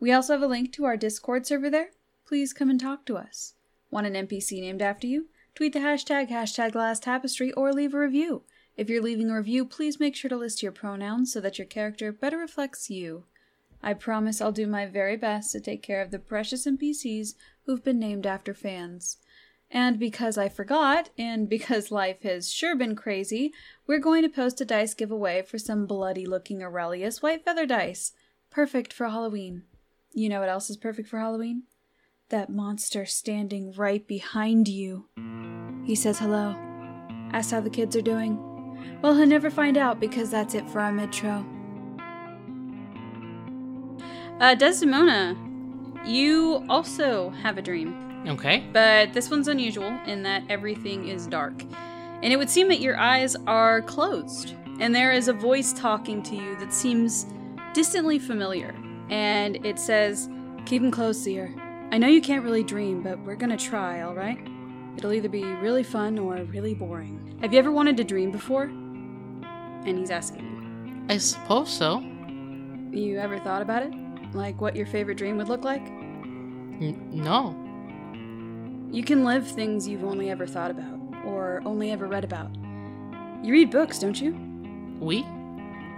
[SPEAKER 1] We also have a link to our Discord server there. Please come and talk to us. Want an NPC named after you? Tweet the hashtag hashtag last tapestry or leave a review. If you're leaving a review, please make sure to list your pronouns so that your character better reflects you. I promise I'll do my very best to take care of the precious NPCs who've been named after fans. And because I forgot, and because life has sure been crazy, we're going to post a dice giveaway for some bloody looking Aurelius white feather dice. Perfect for Halloween. You know what else is perfect for Halloween? That monster standing right behind you. He says hello, asks how the kids are doing. Well, he'll never find out because that's it for our midtro.
[SPEAKER 2] Uh, Desdemona, you also have a dream,
[SPEAKER 3] Okay.
[SPEAKER 2] but this one's unusual in that everything is dark. And it would seem that your eyes are closed, and there is a voice talking to you that seems distantly familiar. And it says, Keep 'em close, Seer. I know you can't really dream, but we're gonna try, alright? It'll either be really fun or really boring. Have you ever wanted to dream before? And he's asking you.
[SPEAKER 3] I suppose so.
[SPEAKER 2] You ever thought about it? Like what your favorite dream would look like?
[SPEAKER 3] N- no.
[SPEAKER 2] You can live things you've only ever thought about or only ever read about. You read books, don't you?
[SPEAKER 3] We?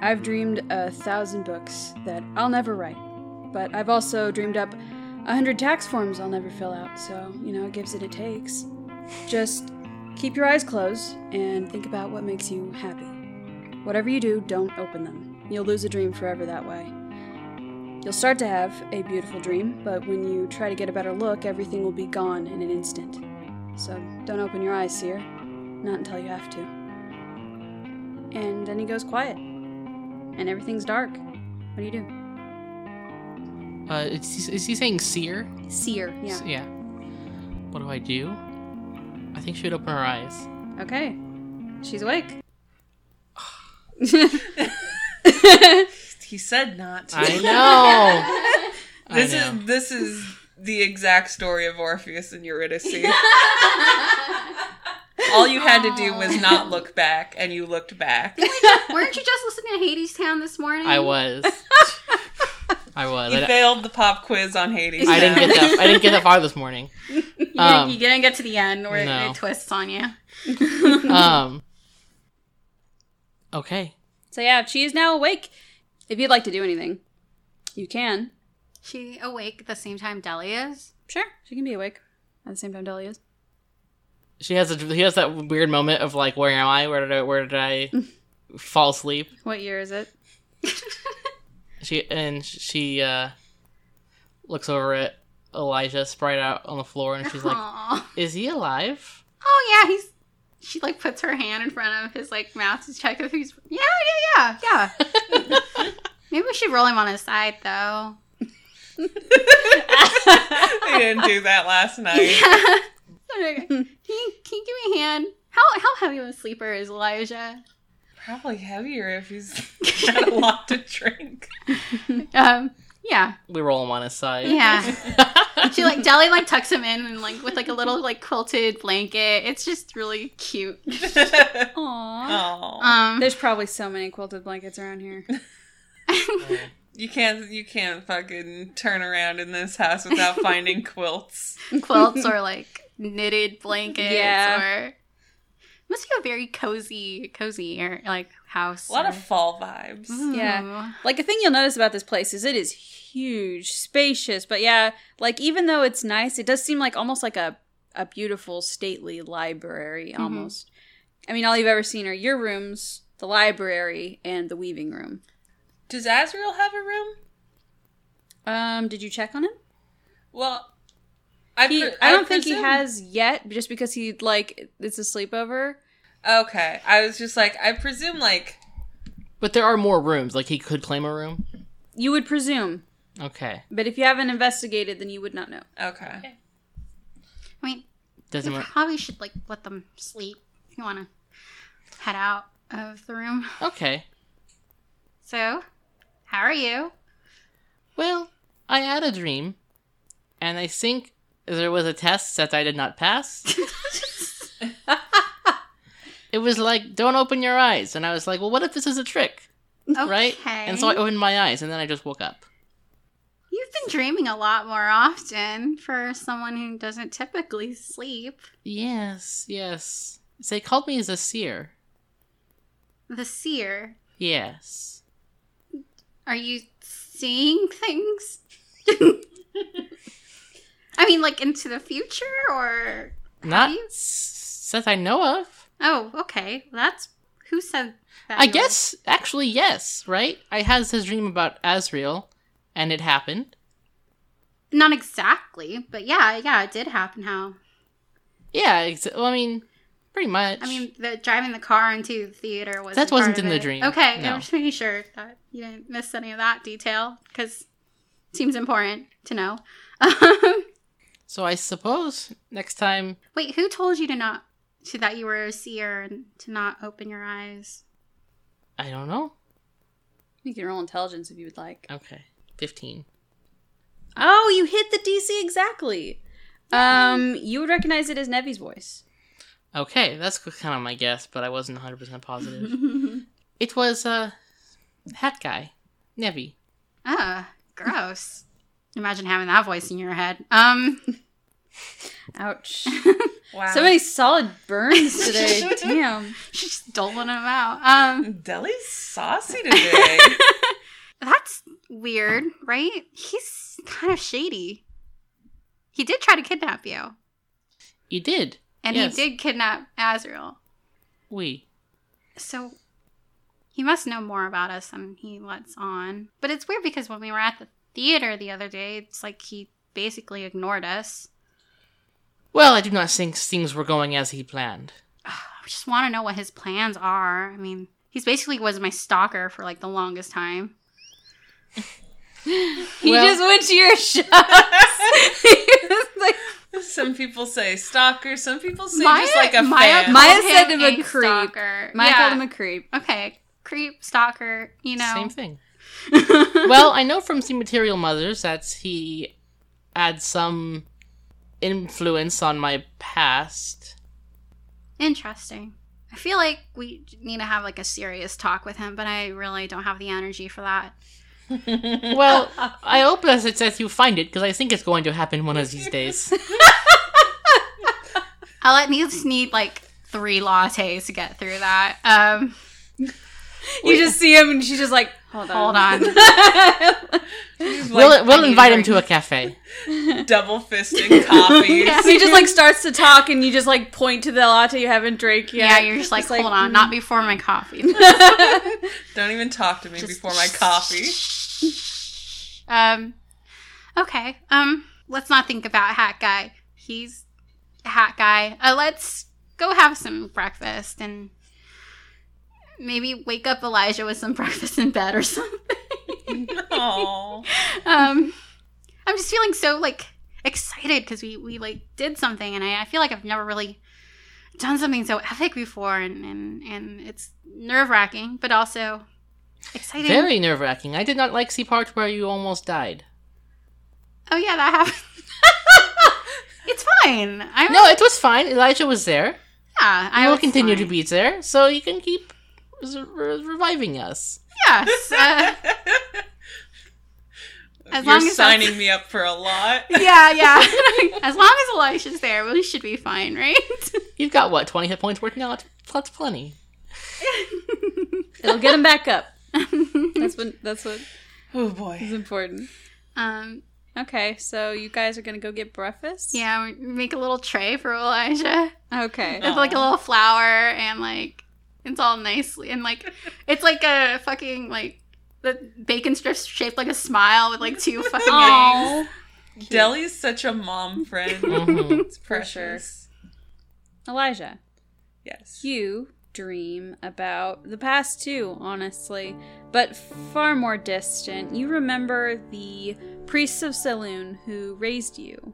[SPEAKER 2] I've dreamed a thousand books that I'll never write, but I've also dreamed up a hundred tax forms I'll never fill out, so, you know, it gives it it takes. Just keep your eyes closed and think about what makes you happy. Whatever you do, don't open them. You'll lose a dream forever that way. You'll start to have a beautiful dream, but when you try to get a better look, everything will be gone in an instant. So don't open your eyes, Seer. Not until you have to. And then he goes quiet. And everything's dark. What do you do?
[SPEAKER 3] Uh, is he, is he saying seer?
[SPEAKER 2] Seer. Yeah.
[SPEAKER 3] S- yeah. What do I do? I think she would open her eyes.
[SPEAKER 2] Okay. She's awake.
[SPEAKER 7] He said not to.
[SPEAKER 3] I know. I
[SPEAKER 7] This
[SPEAKER 3] know.
[SPEAKER 7] is this is the exact story of Orpheus and Eurydice. All you had to do was not look back, and you looked back.
[SPEAKER 6] Weren't you just listening to Hades Town this morning?
[SPEAKER 3] I was. I was.
[SPEAKER 7] You
[SPEAKER 3] I,
[SPEAKER 7] failed the pop quiz on Hades.
[SPEAKER 3] I didn't
[SPEAKER 7] Town.
[SPEAKER 3] get that. I didn't get that far this morning.
[SPEAKER 6] You,
[SPEAKER 3] Um,
[SPEAKER 6] didn't, you didn't get to the end where
[SPEAKER 3] No.
[SPEAKER 6] it twists on you.
[SPEAKER 3] um. Okay.
[SPEAKER 2] So yeah, she is now awake. If you'd like to do anything, you can.
[SPEAKER 6] She awake at the same time Delia is.
[SPEAKER 2] Sure. She can be awake. At the same time Delia is.
[SPEAKER 3] She has a. He has that weird moment of like, where am I? Where did I? Where did I fall asleep?
[SPEAKER 2] What year is it?
[SPEAKER 3] She and she uh, looks over at Elijah, spread out on the floor, and she's like,
[SPEAKER 6] Aw.
[SPEAKER 3] "Is he alive?"
[SPEAKER 6] Oh yeah, he's. She like puts her hand in front of his like mouth to check if he's. Yeah, yeah, yeah, yeah. Maybe we should roll him on his side though.
[SPEAKER 7] I didn't do that last night.
[SPEAKER 6] can, you, can you give me a hand? How how heavy of a sleeper is Elijah?
[SPEAKER 7] Probably heavier if he's had a lot to drink.
[SPEAKER 6] Um, yeah,
[SPEAKER 3] We roll him on his side.
[SPEAKER 6] yeah. she like Deli like tucks him in and like with like a little like quilted blanket. It's just really cute.
[SPEAKER 2] Aww.
[SPEAKER 7] Aw.
[SPEAKER 6] Um,
[SPEAKER 2] There's probably so many quilted blankets around here.
[SPEAKER 7] you can't you can't fucking turn around in this house without finding quilts.
[SPEAKER 6] quilts or like knitted blankets
[SPEAKER 2] Yeah.
[SPEAKER 6] or must be a very cozy cozy or like house
[SPEAKER 7] A lot of
[SPEAKER 6] or-
[SPEAKER 7] fall vibes.
[SPEAKER 2] Mm-hmm. Yeah. Like the thing you'll notice about this place is it is huge, spacious, but yeah, like even though it's nice, it does seem like almost like a a beautiful stately library almost. I mean, all you've ever seen are your rooms, the library, and the weaving room.
[SPEAKER 7] Does Azrael have a room?
[SPEAKER 2] Um, did you check on him?
[SPEAKER 7] Well, I
[SPEAKER 2] He,
[SPEAKER 7] pre-
[SPEAKER 2] I don't think he
[SPEAKER 7] presume-
[SPEAKER 2] has yet, just because he like it's a sleepover.
[SPEAKER 7] Okay, I was just like I presume like
[SPEAKER 3] But there are more rooms. Like he could claim a room.
[SPEAKER 2] You would presume,
[SPEAKER 3] Okay.
[SPEAKER 2] but if you haven't investigated, then you would not know.
[SPEAKER 7] okay.
[SPEAKER 6] I mean,
[SPEAKER 3] Doesn't.
[SPEAKER 6] you
[SPEAKER 3] work.
[SPEAKER 6] probably should like let them sleep if you want to head out of the room.
[SPEAKER 3] Okay.
[SPEAKER 6] So, how are you?
[SPEAKER 3] Well, I had a dream, and I think there was a test that I did not pass. it was like, don't open your eyes. And I was like, well, what if this is a trick?
[SPEAKER 6] Okay.
[SPEAKER 3] Right? And so I opened my eyes, and then I just woke up.
[SPEAKER 6] You've been dreaming a lot more often for someone who doesn't typically sleep.
[SPEAKER 3] Yes, yes. They called me as a seer.
[SPEAKER 6] The seer.
[SPEAKER 3] Yes.
[SPEAKER 6] Are you seeing things? I mean, like into the future or
[SPEAKER 3] Not
[SPEAKER 6] you?
[SPEAKER 3] s- that I know of.
[SPEAKER 6] Oh, okay. That's who said that.
[SPEAKER 3] I
[SPEAKER 6] you were-
[SPEAKER 3] guess actually yes, right? I had this dream about Azrael, and it happened.
[SPEAKER 6] not exactly, but yeah, yeah, it did happen. How?
[SPEAKER 3] Yeah, ex- well, I mean, pretty much.
[SPEAKER 6] I mean, the driving the car into the theater was
[SPEAKER 3] That wasn't in the dream,
[SPEAKER 6] Okay,
[SPEAKER 3] no.
[SPEAKER 6] I'm just making sure that you didn't miss any of that detail because seems important to know.
[SPEAKER 3] so I suppose next time
[SPEAKER 6] Wait, who told you to not to that you were a seer and to not open your eyes?
[SPEAKER 3] I don't know.
[SPEAKER 2] You can roll intelligence if you would like.
[SPEAKER 3] Okay, fifteen.
[SPEAKER 2] Oh, you hit the DC exactly. Um, you would recognize it as Nevi's voice.
[SPEAKER 3] Okay, that's kind of my guess, but I wasn't one hundred percent positive. it was uh, hat guy, Nevi.
[SPEAKER 6] Ah, gross. Imagine having that voice in your head. Um,
[SPEAKER 2] Ouch.
[SPEAKER 7] Wow.
[SPEAKER 2] So many solid burns today. Damn.
[SPEAKER 6] she's just doling them out. Um,
[SPEAKER 7] Deli's saucy today.
[SPEAKER 6] that's weird, right? He's kind of shady. He did try to kidnap you,
[SPEAKER 3] You did.
[SPEAKER 6] and
[SPEAKER 3] Yes.
[SPEAKER 6] he did kidnap Azrael.
[SPEAKER 3] We.
[SPEAKER 6] So he must know more about us than he lets on. But it's weird because when we were at the theater the other day, it's like he basically ignored us.
[SPEAKER 3] Well, I do not think things were going as he planned.
[SPEAKER 6] I just want to know what his plans are. I mean, he's basically was my stalker for like the longest time.
[SPEAKER 2] He
[SPEAKER 3] Well-
[SPEAKER 2] just went to your shots. He was like,
[SPEAKER 7] some people say stalker. Some people say
[SPEAKER 6] Maya-
[SPEAKER 7] just like a
[SPEAKER 6] Maya
[SPEAKER 7] fan.
[SPEAKER 2] Maya
[SPEAKER 6] called
[SPEAKER 2] said him a creep.
[SPEAKER 6] stalker.
[SPEAKER 2] Mike
[SPEAKER 6] yeah.
[SPEAKER 2] called him a creep.
[SPEAKER 6] okay, creep, stalker. You know,
[SPEAKER 3] Same thing. well, I know from the Material Mothers that he had some influence on my past.
[SPEAKER 6] interesting. I feel like we need to have like a serious talk with him, but I really don't have the energy for that.
[SPEAKER 3] Well, I hope that it's as you find it because I think it's going to happen one of these days.
[SPEAKER 6] I'll at least need like three lattes to get through that. Um,
[SPEAKER 2] You just see him, and she's just like, hold on.
[SPEAKER 6] hold on.
[SPEAKER 7] She's
[SPEAKER 3] we'll
[SPEAKER 7] like
[SPEAKER 3] we'll invite him to a cafe.
[SPEAKER 7] double fisting coffee.
[SPEAKER 2] So he just like starts to talk, and you just like point to the latte you haven't drank yet.
[SPEAKER 6] yeah, you're just like, hold on, not before my coffee.
[SPEAKER 7] Don't even talk to me before my coffee.
[SPEAKER 6] um, okay. Um, let's not think about Hat Guy. He's Hat Guy. Uh, let's go have some breakfast and maybe wake up Elijah with some breakfast in bed or something.
[SPEAKER 7] Aw.
[SPEAKER 6] um i'm just feeling so like excited because we we like did something and I, I feel like i've never really done something so epic before and and, and it's nerve-wracking but also exciting
[SPEAKER 3] Very nerve wracking. I did not like the part where you almost died.
[SPEAKER 6] oh yeah that happened it's fine i'm
[SPEAKER 3] No, it was fine. Elijah was there.
[SPEAKER 6] yeah
[SPEAKER 3] I
[SPEAKER 6] i
[SPEAKER 3] will
[SPEAKER 6] was
[SPEAKER 3] continue to
[SPEAKER 6] fine.
[SPEAKER 3] be there, so you can keep s- re- reviving us.
[SPEAKER 6] yes uh, as
[SPEAKER 7] You're
[SPEAKER 6] long as that's-
[SPEAKER 7] signing me up for a lot.
[SPEAKER 6] yeah yeah as long as elisha's there we should be fine right
[SPEAKER 3] You've got what twenty hit points working out. That's plenty.
[SPEAKER 2] It'll get him back up. That's what. That's what
[SPEAKER 7] Oh boy.
[SPEAKER 2] is important.
[SPEAKER 6] um
[SPEAKER 2] Okay, so you guys are gonna go get breakfast.
[SPEAKER 6] yeah we make a little tray for elijah
[SPEAKER 2] Okay.
[SPEAKER 6] It's like a little flower and like it's all nicely and like it's like a fucking like the bacon strips shaped like a smile with like two fucking eggs.
[SPEAKER 2] Oh,
[SPEAKER 7] Deli's such a mom friend.
[SPEAKER 3] Mhm.
[SPEAKER 7] it's precious.
[SPEAKER 2] Elijah,
[SPEAKER 7] Yes.
[SPEAKER 2] you dream about the past too, honestly, but far more distant. You remember the priests of Saloon who raised you.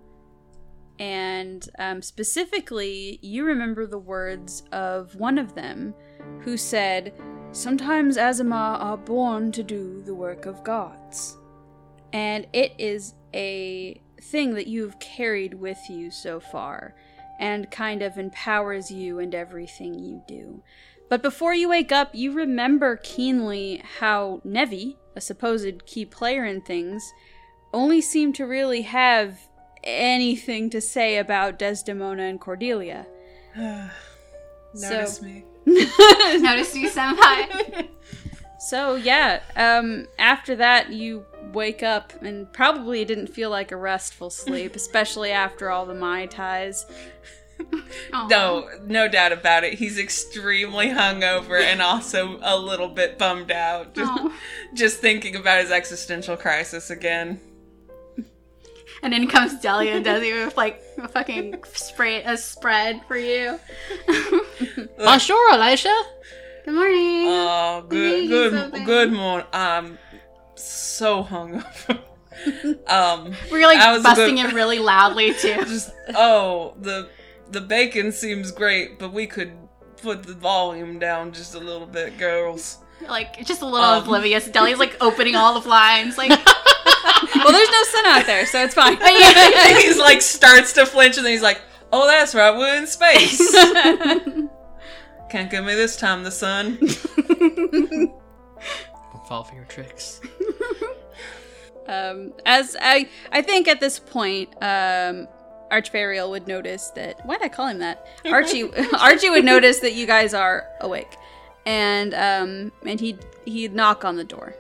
[SPEAKER 2] And um, specifically, you remember the words of one of them who said, Sometimes Azima are born to do the work of gods. And it is a thing that you've carried with you so far and kind of empowers you and everything you do. But before you wake up, you remember keenly how Nevi, a supposed key player in things, only seemed to really have anything to say about Desdemona and Cordelia.
[SPEAKER 7] Notice me.
[SPEAKER 6] Notice me, senpai.
[SPEAKER 2] So yeah, um, after that you wake up and probably didn't feel like a restful sleep, especially after all the mai tais.
[SPEAKER 7] No, no doubt about it. He's extremely hungover and also a little bit bummed out. Just,
[SPEAKER 6] Aw.
[SPEAKER 7] just thinking about his existential crisis again.
[SPEAKER 6] And then comes Delia and does you with like a fucking spray a spread for you.
[SPEAKER 3] Bonjour, Elisha.
[SPEAKER 6] Good morning.
[SPEAKER 7] Oh,
[SPEAKER 6] Maybe
[SPEAKER 7] good, good,
[SPEAKER 6] something.
[SPEAKER 7] good morning. I'm so hungover. um,
[SPEAKER 6] We're like
[SPEAKER 7] that was a
[SPEAKER 6] busting
[SPEAKER 7] good-
[SPEAKER 6] it really loudly too.
[SPEAKER 7] just oh, the the bacon seems great, but we could put the volume down just a little bit, girls.
[SPEAKER 6] like just a little
[SPEAKER 7] Um.
[SPEAKER 6] oblivious. Delia's like opening all the blinds. Like
[SPEAKER 2] Well, there's no sun out there, so it's fine.
[SPEAKER 7] And he's like starts to flinch, and then he's like, "Oh, that's right, we're in space." Can't get me this time, the sun.
[SPEAKER 3] Don't fall for your tricks.
[SPEAKER 2] Um, as I, I think at this point, um, Archburial would notice that. Why did I call him that? Archie, Archie would notice that you guys are awake, and um, and he would he'd knock on the door.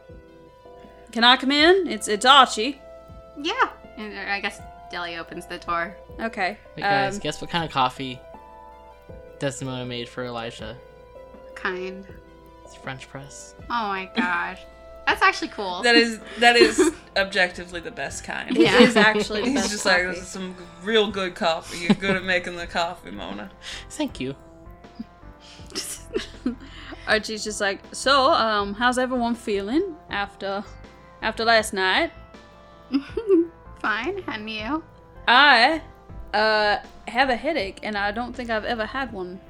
[SPEAKER 2] Can I come in? It's it's Archie.
[SPEAKER 6] yeah. And uh, I guess Delia opens the door.
[SPEAKER 2] Okay.
[SPEAKER 3] Hey guys,
[SPEAKER 2] um,
[SPEAKER 3] guess what kind of coffee Desdemona made for Elisha?
[SPEAKER 6] Kind.
[SPEAKER 3] It's French press.
[SPEAKER 6] Oh my gosh. That's actually cool.
[SPEAKER 7] That is that is objectively the best kind.
[SPEAKER 6] Yeah.
[SPEAKER 2] It is actually. The
[SPEAKER 7] He's
[SPEAKER 2] best
[SPEAKER 7] just
[SPEAKER 2] coffee.
[SPEAKER 7] like, this is some g- real good coffee. You're good at making the coffee, Mona.
[SPEAKER 3] Thank you.
[SPEAKER 2] Archie's just like, so, um, how's everyone feeling after after last night?
[SPEAKER 6] Fine. And you?
[SPEAKER 2] I uh have a headache and I don't think I've ever had one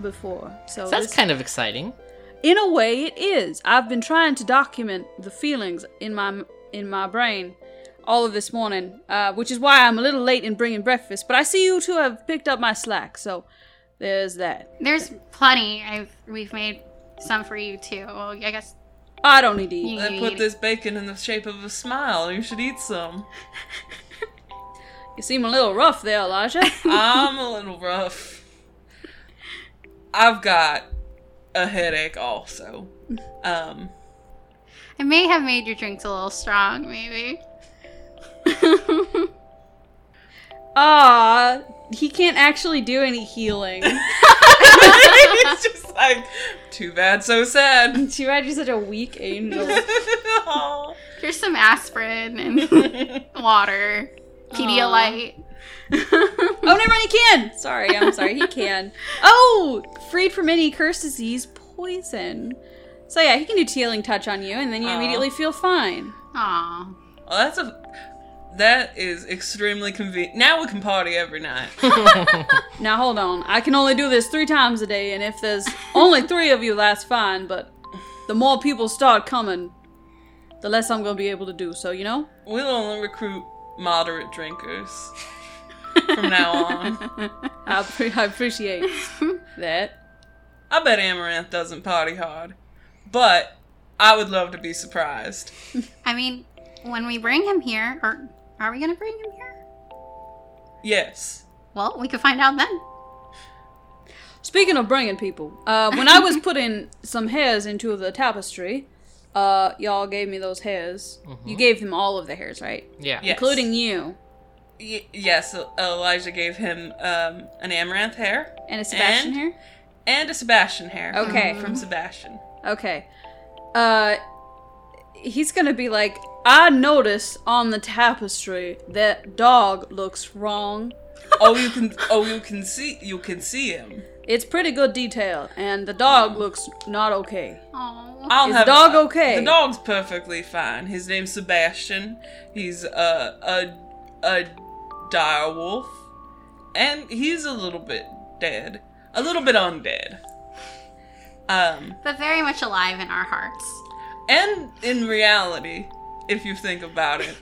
[SPEAKER 2] before. So
[SPEAKER 3] So that's
[SPEAKER 2] this-
[SPEAKER 3] kind of exciting.
[SPEAKER 2] in a way it is. I've been trying to document the feelings in my in my brain all of this morning, uh, which is why I'm a little late in bringing breakfast. But I see you two have picked up my slack, so there's that.
[SPEAKER 6] There's plenty. I've we've made some for you too. Well, I guess
[SPEAKER 2] I don't need to eat.
[SPEAKER 7] I put this bacon in the shape of a smile. You should eat some.
[SPEAKER 2] You seem a little rough there, Elijah.
[SPEAKER 7] I'm a little rough. I've got a headache also. Um,
[SPEAKER 6] I may have made your drinks a little strong, maybe.
[SPEAKER 2] Ah, he can't actually do any healing.
[SPEAKER 7] it's just like too bad, so sad. Oh,
[SPEAKER 2] Too bad you're such a weak angel.
[SPEAKER 7] Aw.
[SPEAKER 6] Here's some aspirin and water, Pedialyte.
[SPEAKER 2] Oh, never mind, he can. Sorry, I'm sorry, he can. Oh, freed from any curse disease, poison. So yeah, he can do healing touch on you, and then you
[SPEAKER 7] Aw.
[SPEAKER 2] immediately feel fine.
[SPEAKER 7] Um.
[SPEAKER 6] Aw.
[SPEAKER 7] Well, that's a that is extremely convenient. Now we can party every night.
[SPEAKER 2] Now hold on, I can only do this three times a day, and if there's only three of you, that's fine. But the more people start coming, the less I'm gonna be able to do. So you know,
[SPEAKER 7] We'll only recruit moderate drinkers from now on.
[SPEAKER 2] I, appre- I appreciate that.
[SPEAKER 7] I bet Amaranth doesn't party hard, but I would love to be surprised.
[SPEAKER 6] I mean, when we bring him here, or are we gonna bring him here?
[SPEAKER 7] Yes.
[SPEAKER 6] Well, we could find out then.
[SPEAKER 2] Speaking of bringing people, uh, when I was putting some hairs into the tapestry, uh, y'all gave me those hairs. You gave him all of the hairs, right?
[SPEAKER 3] Yeah.
[SPEAKER 7] Yes.
[SPEAKER 2] Including you
[SPEAKER 7] Y- yes, Elijah gave him um, an Amaranth hair
[SPEAKER 2] and a Sebastian
[SPEAKER 7] And?
[SPEAKER 2] hair.
[SPEAKER 7] and a Sebastian hair. Mm-hmm.
[SPEAKER 2] Okay. Mm-hmm.
[SPEAKER 7] From Sebastian.
[SPEAKER 2] Okay. Uh, he's gonna be like, I noticed on the tapestry that dog looks wrong.
[SPEAKER 7] Oh, you can. Oh, you can see. You can see him.
[SPEAKER 2] It's pretty good detail, and the dog looks not okay.
[SPEAKER 6] Aw.
[SPEAKER 7] I'll
[SPEAKER 2] Is
[SPEAKER 7] have uh,
[SPEAKER 2] dog okay?
[SPEAKER 7] The dog's perfectly fine. His name's Sebastian. He's a a a dire wolf, and he's a little bit dead, a little bit undead. Um,
[SPEAKER 6] But very much alive in our hearts.
[SPEAKER 7] and in reality, if you think about it,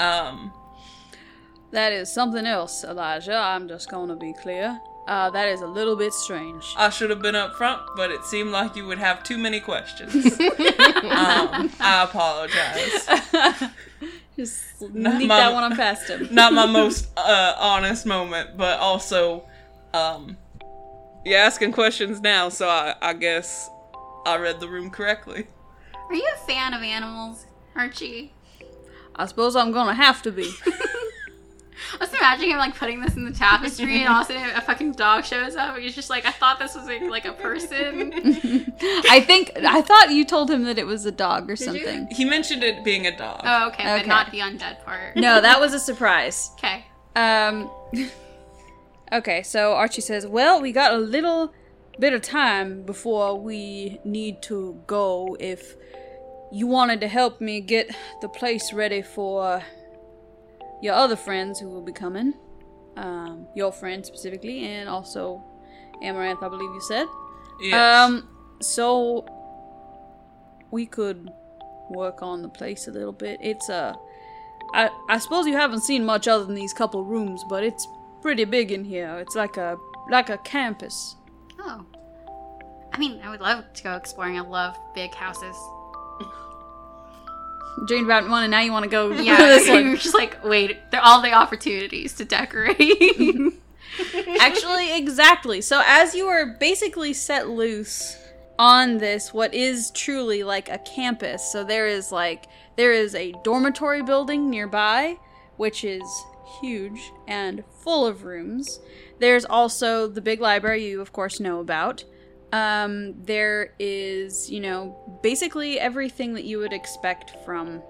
[SPEAKER 7] um,
[SPEAKER 2] That is something else, Elijah. I'm just gonna be clear. Uh, that is a little bit strange.
[SPEAKER 7] I should have been up front, but it seemed like you would have too many questions. um, I apologize.
[SPEAKER 2] Just
[SPEAKER 7] Not
[SPEAKER 2] sneak
[SPEAKER 7] my-
[SPEAKER 2] that one on past him.
[SPEAKER 7] not my most uh, honest moment, but also, um, you're asking questions now, so I, I guess I read the room correctly.
[SPEAKER 6] Are you a fan of animals, Archie?
[SPEAKER 2] I suppose I'm gonna have to be.
[SPEAKER 6] I was imagining him like putting this in the tapestry, and all of a sudden a fucking dog shows up, and he's just like, "I thought this was like, like a person."
[SPEAKER 2] I think I thought you told him that it was a dog or
[SPEAKER 6] you?
[SPEAKER 2] something.
[SPEAKER 7] He mentioned it being a dog.
[SPEAKER 6] Oh, okay,
[SPEAKER 2] Okay.
[SPEAKER 6] but not the undead part.
[SPEAKER 2] No, that was a surprise.
[SPEAKER 6] Okay.
[SPEAKER 2] Um Okay, so Archie says, "Well, we got a little bit of time before we need to go if you wanted to help me get the place ready for your other friends who will be coming. Um, your friend specifically and also Amaranth, I believe you said.
[SPEAKER 7] Yes.
[SPEAKER 2] Um, so we could work on the place a little bit. It's uh, I I suppose you haven't seen much other than these couple rooms, but it's pretty big in here. It's like a like a campus.
[SPEAKER 6] Oh. I mean, I would love to go exploring. I love big houses.
[SPEAKER 2] Dreamed about one, and now you want to go.
[SPEAKER 6] Yeah,
[SPEAKER 2] this one.
[SPEAKER 6] you're just like, wait, they're all the opportunities to decorate.
[SPEAKER 2] Actually, exactly. So as you are basically set loose on this what is truly like a campus. So there is like there is a dormitory building nearby which is huge and full of rooms. There's also the big library you of course know about. Um there is, you know, basically everything that you would expect from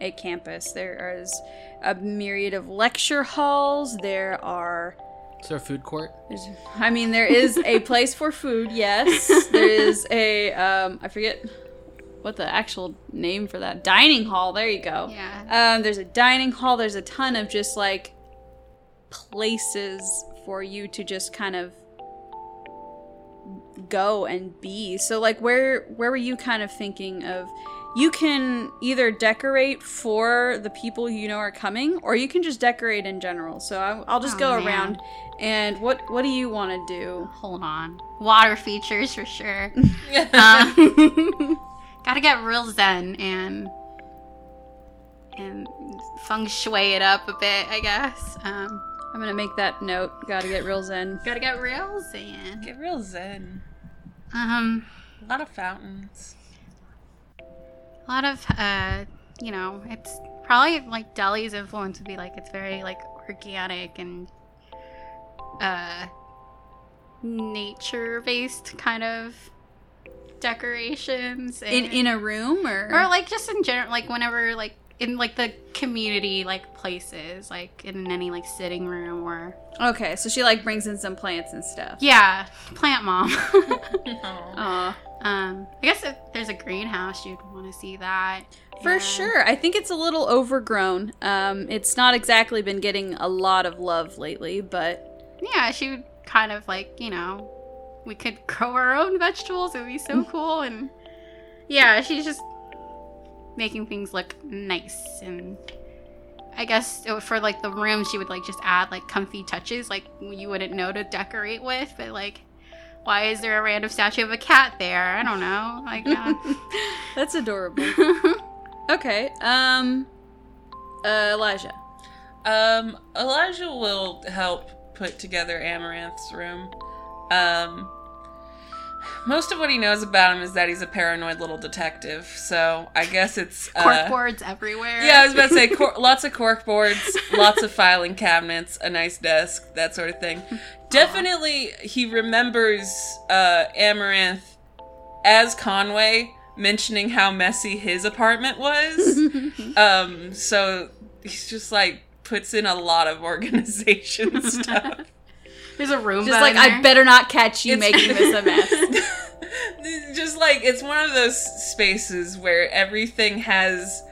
[SPEAKER 2] a campus. There is a myriad of lecture halls. There are
[SPEAKER 3] Is there a food court?
[SPEAKER 2] there's, I mean, there is a place for food. Yes, there is a um, I forget what the actual name for that dining hall. There you go.
[SPEAKER 6] yeah.
[SPEAKER 2] Um, there's a dining hall. There's a ton of just like places for you to just kind of go and be. So like where where were you kind of thinking of you can either decorate for the people you know are coming or you can just decorate in general. So I, I'll just
[SPEAKER 6] Oh,
[SPEAKER 2] go
[SPEAKER 6] man.
[SPEAKER 2] around and what what do you want to do?
[SPEAKER 6] Hold on. Water features for sure. um, gotta get real zen and and feng shui it up a bit, I guess. Um,
[SPEAKER 2] I'm going to make that note. Got to get real zen.
[SPEAKER 6] gotta get real zen.
[SPEAKER 7] Get real zen.
[SPEAKER 6] Um,
[SPEAKER 7] A lot of fountains.
[SPEAKER 6] a lot of uh, you know, it's probably like Delhi's influence would be like it's very like organic and uh nature based kind of decorations
[SPEAKER 2] In
[SPEAKER 6] and-
[SPEAKER 2] in a room or
[SPEAKER 6] or like just in general like whenever like in like the community like places like in any like sitting room or
[SPEAKER 2] Okay, so she like brings in some plants and stuff.
[SPEAKER 6] yeah plant mom
[SPEAKER 7] Oh.
[SPEAKER 2] Aw.
[SPEAKER 6] um i guess if there's a greenhouse you'd want to see that
[SPEAKER 2] For
[SPEAKER 6] And-
[SPEAKER 2] sure. I think it's a little overgrown. Um, it's not exactly been getting a lot of love lately, but
[SPEAKER 6] yeah she would kind of like you know we could grow our own vegetables it would be so cool and yeah she's just making things look nice and i guess uh, for like the room she would like just add like comfy touches like you wouldn't know to decorate with but like why is there a random statue of a cat there i don't know like uh,
[SPEAKER 2] that's adorable. okay. Um uh, Elijah.
[SPEAKER 7] Um, Elijah will help put together Amaranth's room. Um, most of what he knows about him is that he's a paranoid little detective. So I guess it's uh,
[SPEAKER 6] corkboards everywhere
[SPEAKER 7] Yeah, I was about to say cor- lots of cork boards, lots of filing cabinets, a nice desk, that sort of thing. Definitely, he remembers uh, Amaranth as Conway mentioning how messy his apartment was. um, so he's just like puts in a lot of organization stuff.
[SPEAKER 6] there's a room
[SPEAKER 2] Just like I better not catch you making this a mess.
[SPEAKER 7] just like it's one of those spaces where everything has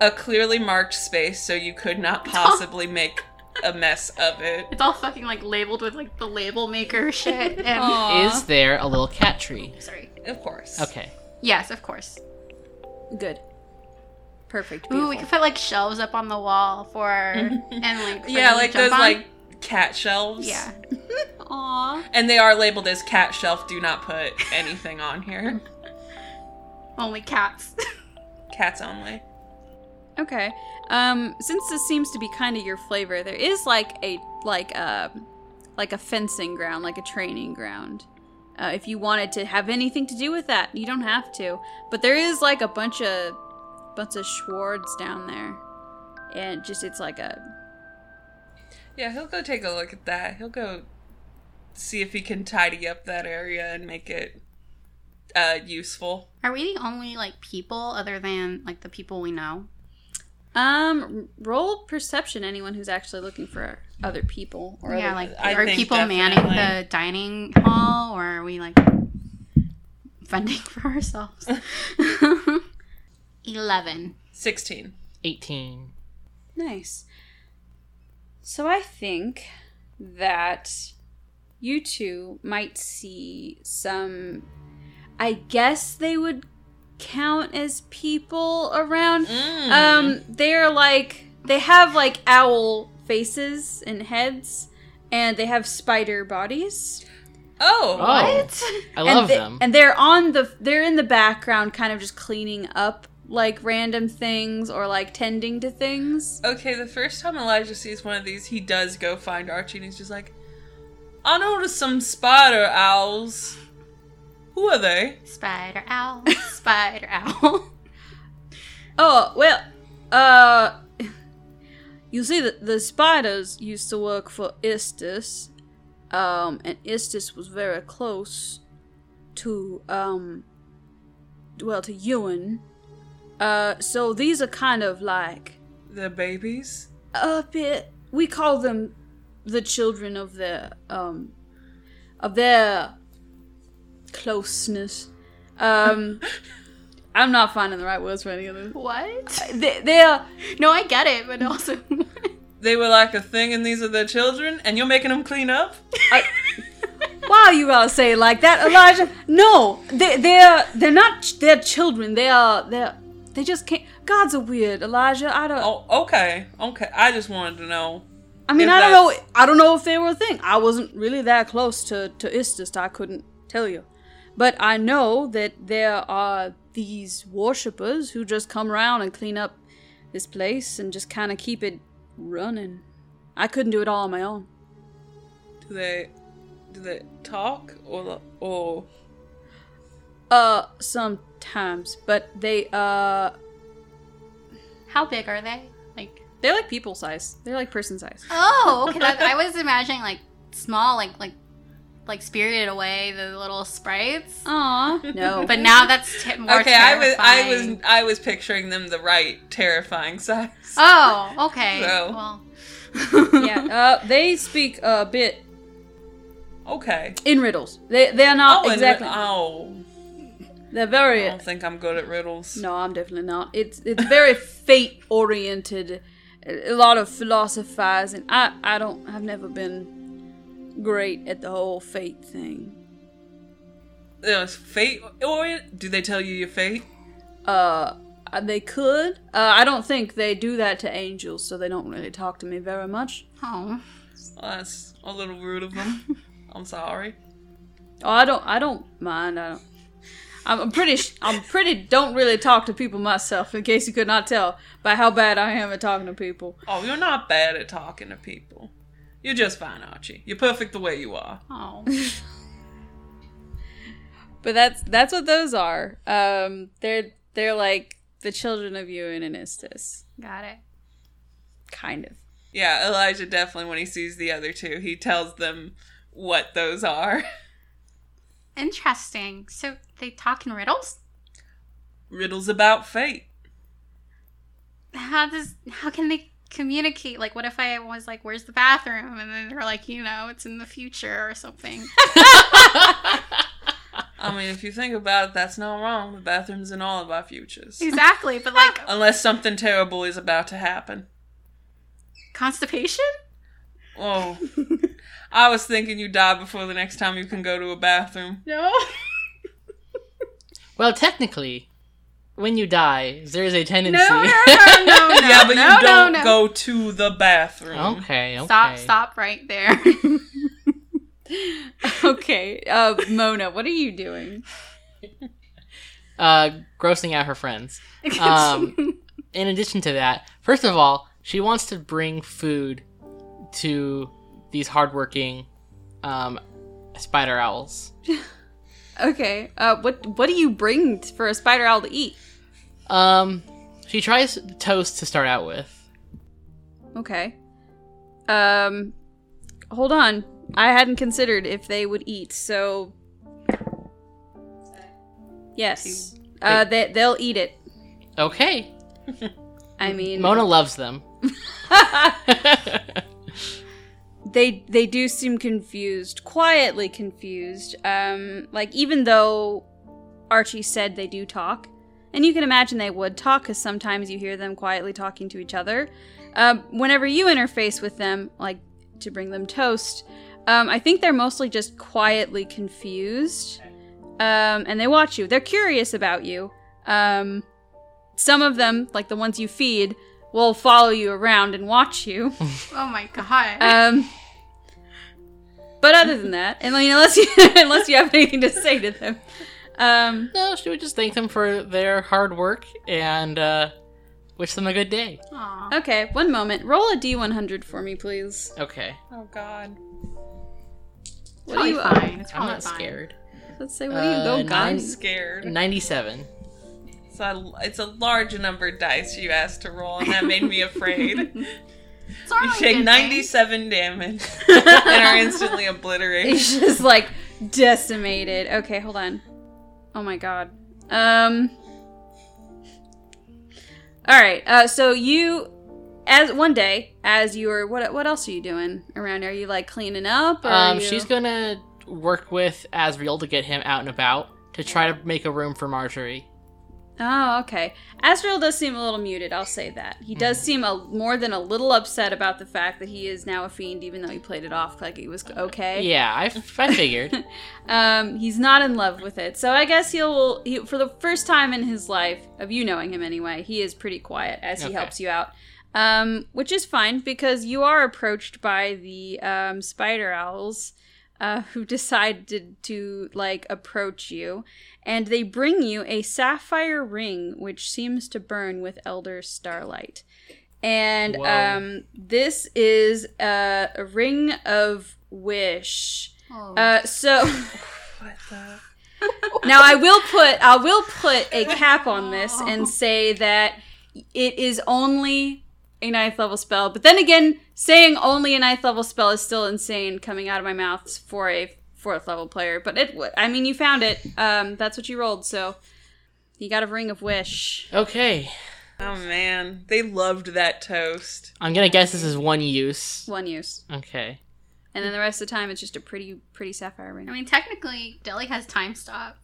[SPEAKER 7] a clearly marked space so you could not possibly make a mess of it
[SPEAKER 6] it's all fucking like labeled with like the label maker shit and
[SPEAKER 2] Aw.
[SPEAKER 3] Is there a little cat tree?
[SPEAKER 6] sorry
[SPEAKER 7] of course
[SPEAKER 3] Okay.
[SPEAKER 6] Yes, of course.
[SPEAKER 2] Good. Perfect.
[SPEAKER 6] Ooh, we
[SPEAKER 2] Beautiful.
[SPEAKER 6] could put like shelves up on the wall for and like for
[SPEAKER 7] yeah
[SPEAKER 6] them to
[SPEAKER 7] like
[SPEAKER 6] jump
[SPEAKER 7] those
[SPEAKER 6] on.
[SPEAKER 7] like cat shelves
[SPEAKER 6] yeah.
[SPEAKER 2] Aw.
[SPEAKER 7] and they are labeled as cat shelf do not put anything on here
[SPEAKER 6] Only cats.
[SPEAKER 7] cats only
[SPEAKER 2] Okay. Um, since this seems to be kind of your flavor, there is like a like a like a fencing ground, like a training ground. Uh, if you wanted to have anything to do with that, you don't have to. But there is like a bunch of bunch of swords down there, and just it's like a
[SPEAKER 7] Yeah, he'll go take a look at that. He'll go see if he can tidy up that area and make it uh, useful.
[SPEAKER 6] Are we the only like people other than like the people we know?
[SPEAKER 2] Um, roll perception. Anyone who's actually looking for other people or
[SPEAKER 6] yeah,
[SPEAKER 2] other-
[SPEAKER 6] like
[SPEAKER 7] I
[SPEAKER 6] are
[SPEAKER 7] think
[SPEAKER 6] people manning
[SPEAKER 7] definitely.
[SPEAKER 6] the dining hall, or are we like funding for ourselves? Eleven.
[SPEAKER 7] 16.
[SPEAKER 3] 18.
[SPEAKER 2] Nice. So I think that you two might see some. I guess they would count as people around.
[SPEAKER 3] Mm.
[SPEAKER 2] Um, they're like they have like owl faces and heads, and they have spider bodies.
[SPEAKER 7] Oh!
[SPEAKER 3] What? I love
[SPEAKER 2] and they-
[SPEAKER 3] them.
[SPEAKER 2] And they're on the they're in the background, kind of just cleaning up like random things or like tending to things.
[SPEAKER 7] Okay, the first time Elijah sees one of these, he does go find Archie and he's just like, I noticed some spider owls. Who are they?
[SPEAKER 6] Spider owl. Spider owl.
[SPEAKER 2] Oh well, uh, you see that the spiders used to work for Istis, um, and Istis was very close to um, well, to Ewan. Uh, so these are kind of like
[SPEAKER 7] They're babies?
[SPEAKER 2] a bit. We call them the children of their um, of their closeness. Um, I'm not finding the right words for any of this.
[SPEAKER 6] What?
[SPEAKER 2] They, they are.
[SPEAKER 6] No, I get it, but also
[SPEAKER 7] They were like a thing and these are their children, and you're making them clean up?
[SPEAKER 2] Wow, you all say it like that, Elijah? No, they, they're they're not ch- they're children. They are they're they just can't. Gods are weird, Elijah. I don't.
[SPEAKER 7] Oh, okay. Okay. I just wanted to know.
[SPEAKER 2] I mean,
[SPEAKER 7] if
[SPEAKER 2] I don't know.
[SPEAKER 7] that's-
[SPEAKER 2] I don't know if they were a thing. I wasn't really that close to to Istis. I couldn't tell you, but I know that there are these worshippers who just come around and clean up this place and just kind of keep it running. I couldn't do it all on my own.
[SPEAKER 7] Do they do they talk or or
[SPEAKER 2] Uh, sometimes, but they uh.
[SPEAKER 6] how big are they? Like
[SPEAKER 2] They're like people size. They're like person size.
[SPEAKER 6] oh, okay. that- I was imagining like small, like like like Spirited Away, the little sprites.
[SPEAKER 2] Aw. No.
[SPEAKER 6] But now that's t- more
[SPEAKER 7] Oh. Okay, I was I was
[SPEAKER 6] terrifying.
[SPEAKER 7] I was picturing them the right terrifying size.
[SPEAKER 2] Uh,
[SPEAKER 6] Oh, okay.
[SPEAKER 7] So.
[SPEAKER 6] Well,
[SPEAKER 2] yeah. Uh, they speak a bit
[SPEAKER 7] Okay.
[SPEAKER 2] in riddles. They they're not
[SPEAKER 7] and-
[SPEAKER 2] exactly.
[SPEAKER 7] oh,
[SPEAKER 2] they're
[SPEAKER 7] I
[SPEAKER 2] very.
[SPEAKER 7] don't think I'm good at riddles.
[SPEAKER 2] No, I'm definitely not. It's it's very fate oriented. A lot of philosophizing. I I don't. I've never been great at the whole fate thing.
[SPEAKER 7] It was fate or do they tell you your fate?
[SPEAKER 2] Uh, they could. Uh, I don't think they do that to angels, so they don't really talk to me very much.
[SPEAKER 6] oh,
[SPEAKER 7] Well, that's a little rude of them. I'm sorry.
[SPEAKER 2] Oh, I don't. I don't mind. I don't. I'm I'm pretty. sh- I'm pretty. Don't really talk to people myself. In case you could not tell by how bad I am at talking to people.
[SPEAKER 7] Oh, you're not bad at talking to people. You're just fine, Archie. You're perfect the way you are.
[SPEAKER 6] oh.
[SPEAKER 2] But that's that's what those are. Um, they're they're like the children of Ewan and Istis,
[SPEAKER 6] Got it.
[SPEAKER 2] kind of.
[SPEAKER 7] Yeah, Elijah definitely when he sees the other two, he tells them what those are.
[SPEAKER 6] Interesting. So they talk in riddles.
[SPEAKER 7] riddles about fate.
[SPEAKER 6] How does how can they communicate? Like, what if I was like, "Where's the bathroom?" And then they're like, "You know, it's in the future or something."
[SPEAKER 7] I mean, if you think about it, that's not wrong. The bathroom's in all of our futures.
[SPEAKER 6] exactly. But like
[SPEAKER 7] Unless something terrible is about to happen.
[SPEAKER 6] constipation.
[SPEAKER 7] Oh. I was thinking you die before the next time you can go to a bathroom.
[SPEAKER 2] No.
[SPEAKER 3] Well, technically, when you die, there is a tendency.
[SPEAKER 6] no, no.
[SPEAKER 7] yeah, but
[SPEAKER 6] no,
[SPEAKER 7] you don't
[SPEAKER 6] no, Oh. no.
[SPEAKER 7] go to the bathroom.
[SPEAKER 3] okay, okay.
[SPEAKER 6] Stop! Stop right there.
[SPEAKER 2] okay, uh, Mona, what are you doing?
[SPEAKER 3] Uh, grossing out her friends. Um, in addition to that, first of all, she wants to bring food to these hardworking um, spider owls.
[SPEAKER 2] Okay, uh, what what do you bring t- for a spider owl to eat?
[SPEAKER 3] Um, she tries toast to start out with.
[SPEAKER 2] Okay, Um, hold on. I hadn't considered if they would eat, so. Yes. Uh, they, they'll eat it.
[SPEAKER 3] Okay.
[SPEAKER 2] I mean,
[SPEAKER 3] Mona loves them.
[SPEAKER 2] they they do seem confused, quietly confused. Um, like even though Archie said they do talk, and you can imagine they would talk, because sometimes you hear them quietly talking to each other. Um, whenever you interface with them, like to bring them toast, um, I think they're mostly just quietly confused, um, and they watch you. They're curious about you. Um, some of them, like the ones you feed, will follow you around and watch you.
[SPEAKER 6] Oh my god.
[SPEAKER 2] Um, but other than that, and like, unless you unless you have anything to say to them, um,
[SPEAKER 3] No, she would just thank them for their hard work and uh, wish them a good day.
[SPEAKER 6] Aw.
[SPEAKER 2] okay. One moment. Roll a d one hundred for me, please.
[SPEAKER 3] Okay.
[SPEAKER 7] Oh God.
[SPEAKER 6] It's
[SPEAKER 2] What are
[SPEAKER 6] probably
[SPEAKER 2] you?
[SPEAKER 6] fine. It's
[SPEAKER 3] I'm
[SPEAKER 6] probably
[SPEAKER 3] not
[SPEAKER 6] fine.
[SPEAKER 3] scared.
[SPEAKER 2] Let's say what do you
[SPEAKER 3] Uh,
[SPEAKER 2] go,
[SPEAKER 7] I'm
[SPEAKER 2] guys?
[SPEAKER 7] scared.
[SPEAKER 3] 97.
[SPEAKER 7] It's a, it's a large number of dice you asked to roll, and that made me afraid. you
[SPEAKER 6] It's alright,
[SPEAKER 7] take
[SPEAKER 6] good thing.
[SPEAKER 7] 97 damage and are instantly obliterated.
[SPEAKER 2] He's just like decimated. Okay, hold on. Oh my god. Um. All right. Uh, so you, as one day, as you're what? What else are you doing around? Are you like cleaning up? Or are
[SPEAKER 3] Um,
[SPEAKER 2] you-
[SPEAKER 3] she's gonna work with Asriel to get him out and about to try to make a room for Marjorie.
[SPEAKER 2] Oh, okay. Azrael does seem a little muted, I'll say that. He does
[SPEAKER 3] Mm.
[SPEAKER 2] seem a, more than a little upset about the fact that he is now a fiend, even though he played it off like it was okay.
[SPEAKER 3] Yeah, I, f- I figured.
[SPEAKER 2] Um, he's not in love with it. So I guess he'll, he, for the first time in his life, of you knowing him anyway, he is pretty quiet as he
[SPEAKER 3] Okay.
[SPEAKER 2] helps you out. Um, which is fine because you are approached by the um, spider owls uh, who decided to like approach you. And they bring you a sapphire ring which seems to burn with elder starlight. And
[SPEAKER 3] Whoa.
[SPEAKER 2] um, this is uh, a ring of wish.
[SPEAKER 6] Oh.
[SPEAKER 2] Uh, so.
[SPEAKER 7] What the?
[SPEAKER 2] Now I will put I will put a cap on this and say that it is only a ninth level spell. But then again, saying only a ninth level spell is still insane coming out of my mouth for a fourth level player. But it would I mean you found it. Um, that's what you rolled, so you got a ring of wish.
[SPEAKER 3] okay,
[SPEAKER 7] Oh man, they loved that toast.
[SPEAKER 3] I'm gonna guess this is one use.
[SPEAKER 2] One use.
[SPEAKER 3] Okay.
[SPEAKER 2] And then the rest of the time it's just a pretty pretty sapphire
[SPEAKER 6] I
[SPEAKER 2] ring.
[SPEAKER 6] mean, technically, Deli has time stop.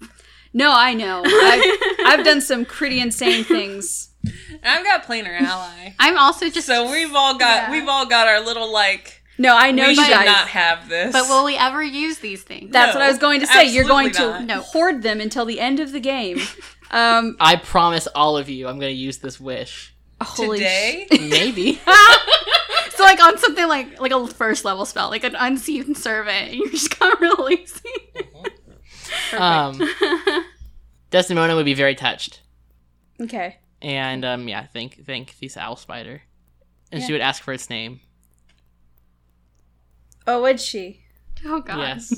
[SPEAKER 2] No, I know. I've, I've done some pretty insane things.
[SPEAKER 7] And I've got planar ally,
[SPEAKER 6] I'm also just.
[SPEAKER 7] so we've all got
[SPEAKER 6] Yeah.
[SPEAKER 7] we've all got our little like.
[SPEAKER 2] No, I know
[SPEAKER 7] we
[SPEAKER 2] you
[SPEAKER 7] should
[SPEAKER 2] guys.
[SPEAKER 7] not have this.
[SPEAKER 6] But will we ever use these things?
[SPEAKER 2] That's
[SPEAKER 7] No,
[SPEAKER 2] what I was going to say. You're going to
[SPEAKER 7] absolutely
[SPEAKER 6] not.
[SPEAKER 2] hoard them until the end of the game. Um,
[SPEAKER 3] I promise all of you I'm gonna use this wish.
[SPEAKER 2] holy sh-
[SPEAKER 7] today?
[SPEAKER 3] Maybe.
[SPEAKER 6] so like on something like like a first level spell, like an unseen servant, you're just gonna release.
[SPEAKER 3] um, Desdemona would be very touched.
[SPEAKER 2] Okay.
[SPEAKER 3] And um, yeah, thank thank the owl spider. And she would ask for its name.
[SPEAKER 2] Oh, would she?
[SPEAKER 6] oh
[SPEAKER 7] Ah.
[SPEAKER 6] god.
[SPEAKER 3] Yes.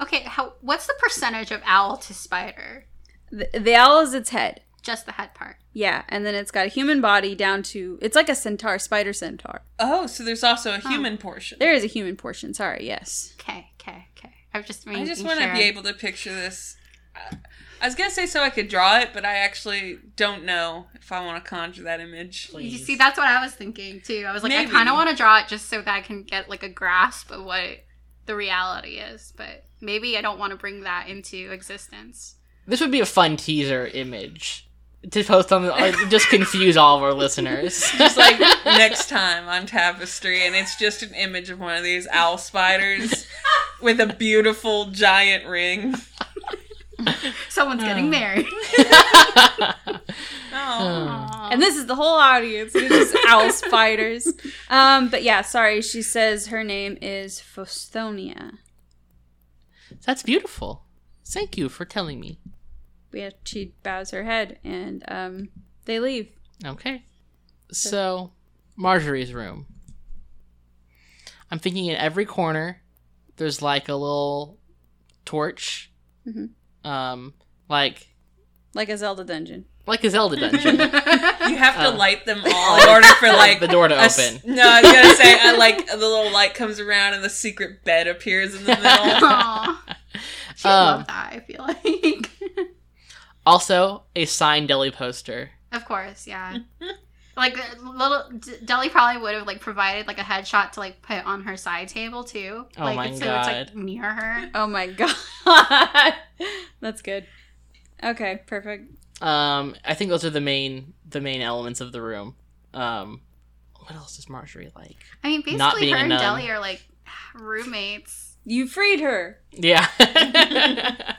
[SPEAKER 6] Okay, how, what's the percentage of owl to spider?
[SPEAKER 2] The, the owl is its head.
[SPEAKER 6] Just the head part.
[SPEAKER 2] Yeah, and then it's got a human body down to it's like a centaur, spider centaur.
[SPEAKER 7] Oh, so there's also a human portion.
[SPEAKER 2] There is a human portion. Sorry, yes.
[SPEAKER 6] Okay, okay, okay. I was just
[SPEAKER 7] I
[SPEAKER 6] making
[SPEAKER 7] just
[SPEAKER 6] sure.
[SPEAKER 7] want to be able to picture this. I- I was gonna say so I could draw it, but I actually don't know if I want to conjure that image.
[SPEAKER 6] You see, that's what I was thinking too. I was like,
[SPEAKER 7] Maybe.
[SPEAKER 6] I kind of want to draw it just so that I can get like a grasp of what the reality is, but maybe I don't want to bring that into existence.
[SPEAKER 3] This would be a fun teaser image to post on the, uh, just confuse all of our listeners.
[SPEAKER 7] It's like next time on Tapestry, and it's just an image of one of these owl spiders with a beautiful giant ring.
[SPEAKER 6] Someone's getting married.
[SPEAKER 7] Oh,
[SPEAKER 2] And this is the whole audience. It's just owl spiders. Um, but yeah, sorry. She says her name is Fostonia.
[SPEAKER 3] That's beautiful. Thank you for telling me.
[SPEAKER 2] Yeah, she bows her head, and um, they leave.
[SPEAKER 3] Okay. So, Marjorie's room. I'm thinking in every corner, there's like a little torch, um, like
[SPEAKER 7] Mm-hmm.
[SPEAKER 2] like a Zelda dungeon.
[SPEAKER 3] like a Zelda dungeon.
[SPEAKER 7] You have to
[SPEAKER 3] Oh.
[SPEAKER 7] light them all in order for like
[SPEAKER 3] the door to
[SPEAKER 7] a s-
[SPEAKER 3] open.
[SPEAKER 7] no, I was gonna say I like the little light comes around and the secret bed appears in the middle.
[SPEAKER 6] Aw. She'd
[SPEAKER 3] Um.
[SPEAKER 6] love that, I feel like.
[SPEAKER 3] Also, a signed deli poster.
[SPEAKER 6] of course, yeah. Like uh, little D- Deli probably would have like provided like a headshot to like put on her side table too.
[SPEAKER 3] Oh
[SPEAKER 6] like
[SPEAKER 3] my
[SPEAKER 6] so it's
[SPEAKER 3] God.
[SPEAKER 6] like near her.
[SPEAKER 2] Oh my god. That's good. Okay, perfect.
[SPEAKER 3] Um, I think those are the main the main elements of the room. Um, what else does Marjorie like?
[SPEAKER 6] I mean
[SPEAKER 3] Not
[SPEAKER 6] basically
[SPEAKER 3] being
[SPEAKER 6] her
[SPEAKER 3] a
[SPEAKER 6] and
[SPEAKER 3] nun.
[SPEAKER 6] Deli are like roommates.
[SPEAKER 2] You freed her.
[SPEAKER 3] Yeah.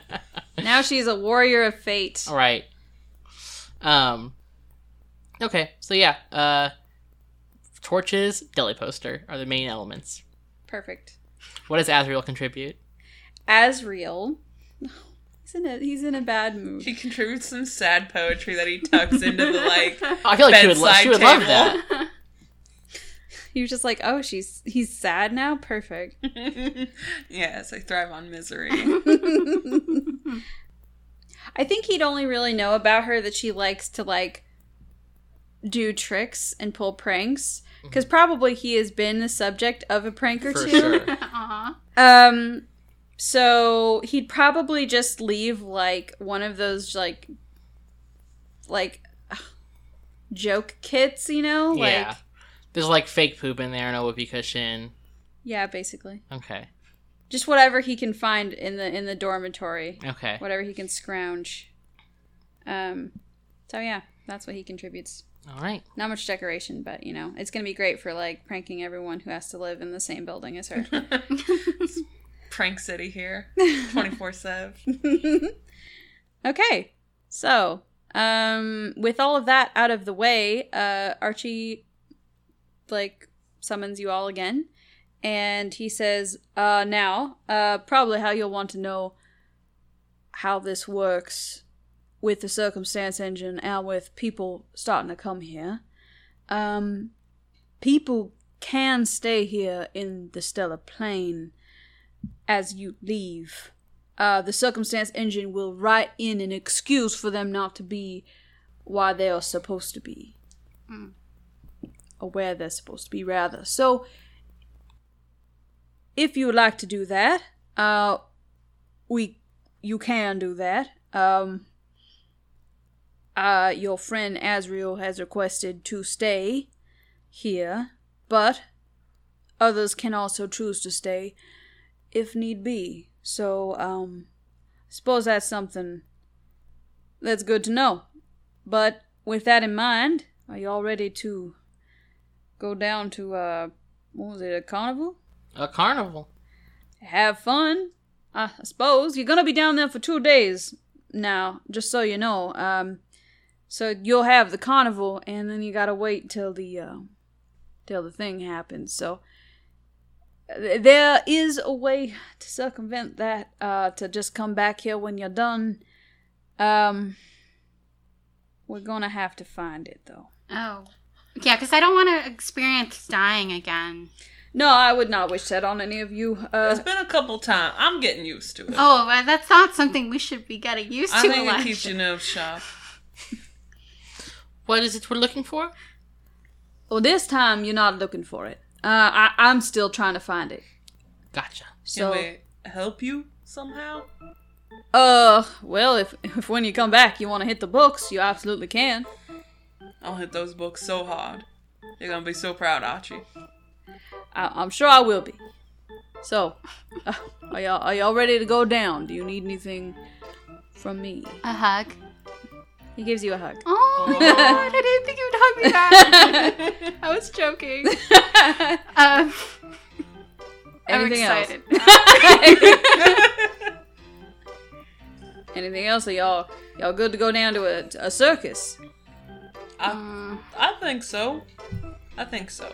[SPEAKER 2] Now she's a warrior of fate.
[SPEAKER 3] All right. Um. Okay, so yeah, uh, torches, deli poster are the main elements.
[SPEAKER 2] Perfect.
[SPEAKER 3] What does Azriel contribute?
[SPEAKER 2] Asriel. He's in a he's in a bad mood.
[SPEAKER 7] She contributes some sad poetry that he tucks into the like
[SPEAKER 3] I feel like she would, lo-
[SPEAKER 7] Bedside
[SPEAKER 3] she would love
[SPEAKER 7] table.
[SPEAKER 3] that.
[SPEAKER 2] He was just like, oh, she's he's sad now. Perfect.
[SPEAKER 7] Yes, I thrive on misery.
[SPEAKER 2] I think he'd only really know about her that she likes to like do tricks and pull pranks because probably he has been the subject of a prank or
[SPEAKER 3] Mm-hmm. For
[SPEAKER 2] two.
[SPEAKER 3] sure.
[SPEAKER 6] Aw.
[SPEAKER 2] Um, so he'd probably just leave like one of those like, like joke kits, you know?
[SPEAKER 3] yeah.
[SPEAKER 2] Like,
[SPEAKER 3] There's like fake poop in there and a whoopee cushion.
[SPEAKER 2] yeah, basically,
[SPEAKER 3] Okay.
[SPEAKER 2] just whatever he can find in the in the dormitory,
[SPEAKER 3] Okay.
[SPEAKER 2] whatever he can scrounge. Um, so yeah, that's what he contributes.
[SPEAKER 3] All right.
[SPEAKER 2] Not much decoration, but you know, it's gonna be great for like pranking everyone who has to live in the same building as her.
[SPEAKER 7] Prank City here, twenty four seven.
[SPEAKER 2] Okay. So, um with all of that out of the way, uh Archie like summons you all again and he says, "Uh now, uh probably how you'll want to know how this works with the circumstance engine and with people starting to come here. Um people can stay here in the stellar plane as you leave." uh, the circumstance engine will write in an excuse for them not to be why they are supposed to be. Or where they're supposed to be, rather. So, if you would like to do that, uh, we, you can do that. Um, uh, your friend Azriel has requested to stay here, but others can also choose to stay if need be. So, um, suppose that's something that's good to know. But with that in mind, are you all ready to go down to, uh, what was it, a carnival?
[SPEAKER 3] A carnival.
[SPEAKER 2] Have fun, I I suppose. You're gonna be down there for two days now, just so you know. Um, so you'll have the carnival, and then you gotta wait till the, uh, till the thing happens. So, Th- there is a way to circumvent that uh to just come back here when you're done um we're gonna have to find it though
[SPEAKER 6] Oh. Yeah, because I don't want to experience dying again.
[SPEAKER 2] no i would not wish that on any of you uh
[SPEAKER 7] It's been a couple times. I'm getting used to it.
[SPEAKER 6] Oh, well, that's not something we should be getting used
[SPEAKER 7] I
[SPEAKER 6] to.
[SPEAKER 7] think it
[SPEAKER 6] Elijah.
[SPEAKER 7] keeps your nerves sharp.
[SPEAKER 3] What is it we're looking for?
[SPEAKER 2] well this time you're not looking for it uh I- i'm still trying to find it
[SPEAKER 3] Gotcha.
[SPEAKER 7] Can
[SPEAKER 2] so
[SPEAKER 7] we help you somehow?
[SPEAKER 2] uh well if if when you come back you want to hit the books you absolutely can
[SPEAKER 7] I'll hit those books so hard. You're gonna be so proud, Archie.
[SPEAKER 2] I- i'm sure i will be so uh, are y'all are y'all ready to go down do you need anything from me
[SPEAKER 6] A hug.
[SPEAKER 2] he gives you a hug
[SPEAKER 6] Oh my god, I didn't think you would hug me back. I was joking. Um, I'm
[SPEAKER 2] Anything else?
[SPEAKER 6] excited.
[SPEAKER 2] Anything else? Are y'all y'all good to go down to a, a circus?
[SPEAKER 7] I, I think so. I think so.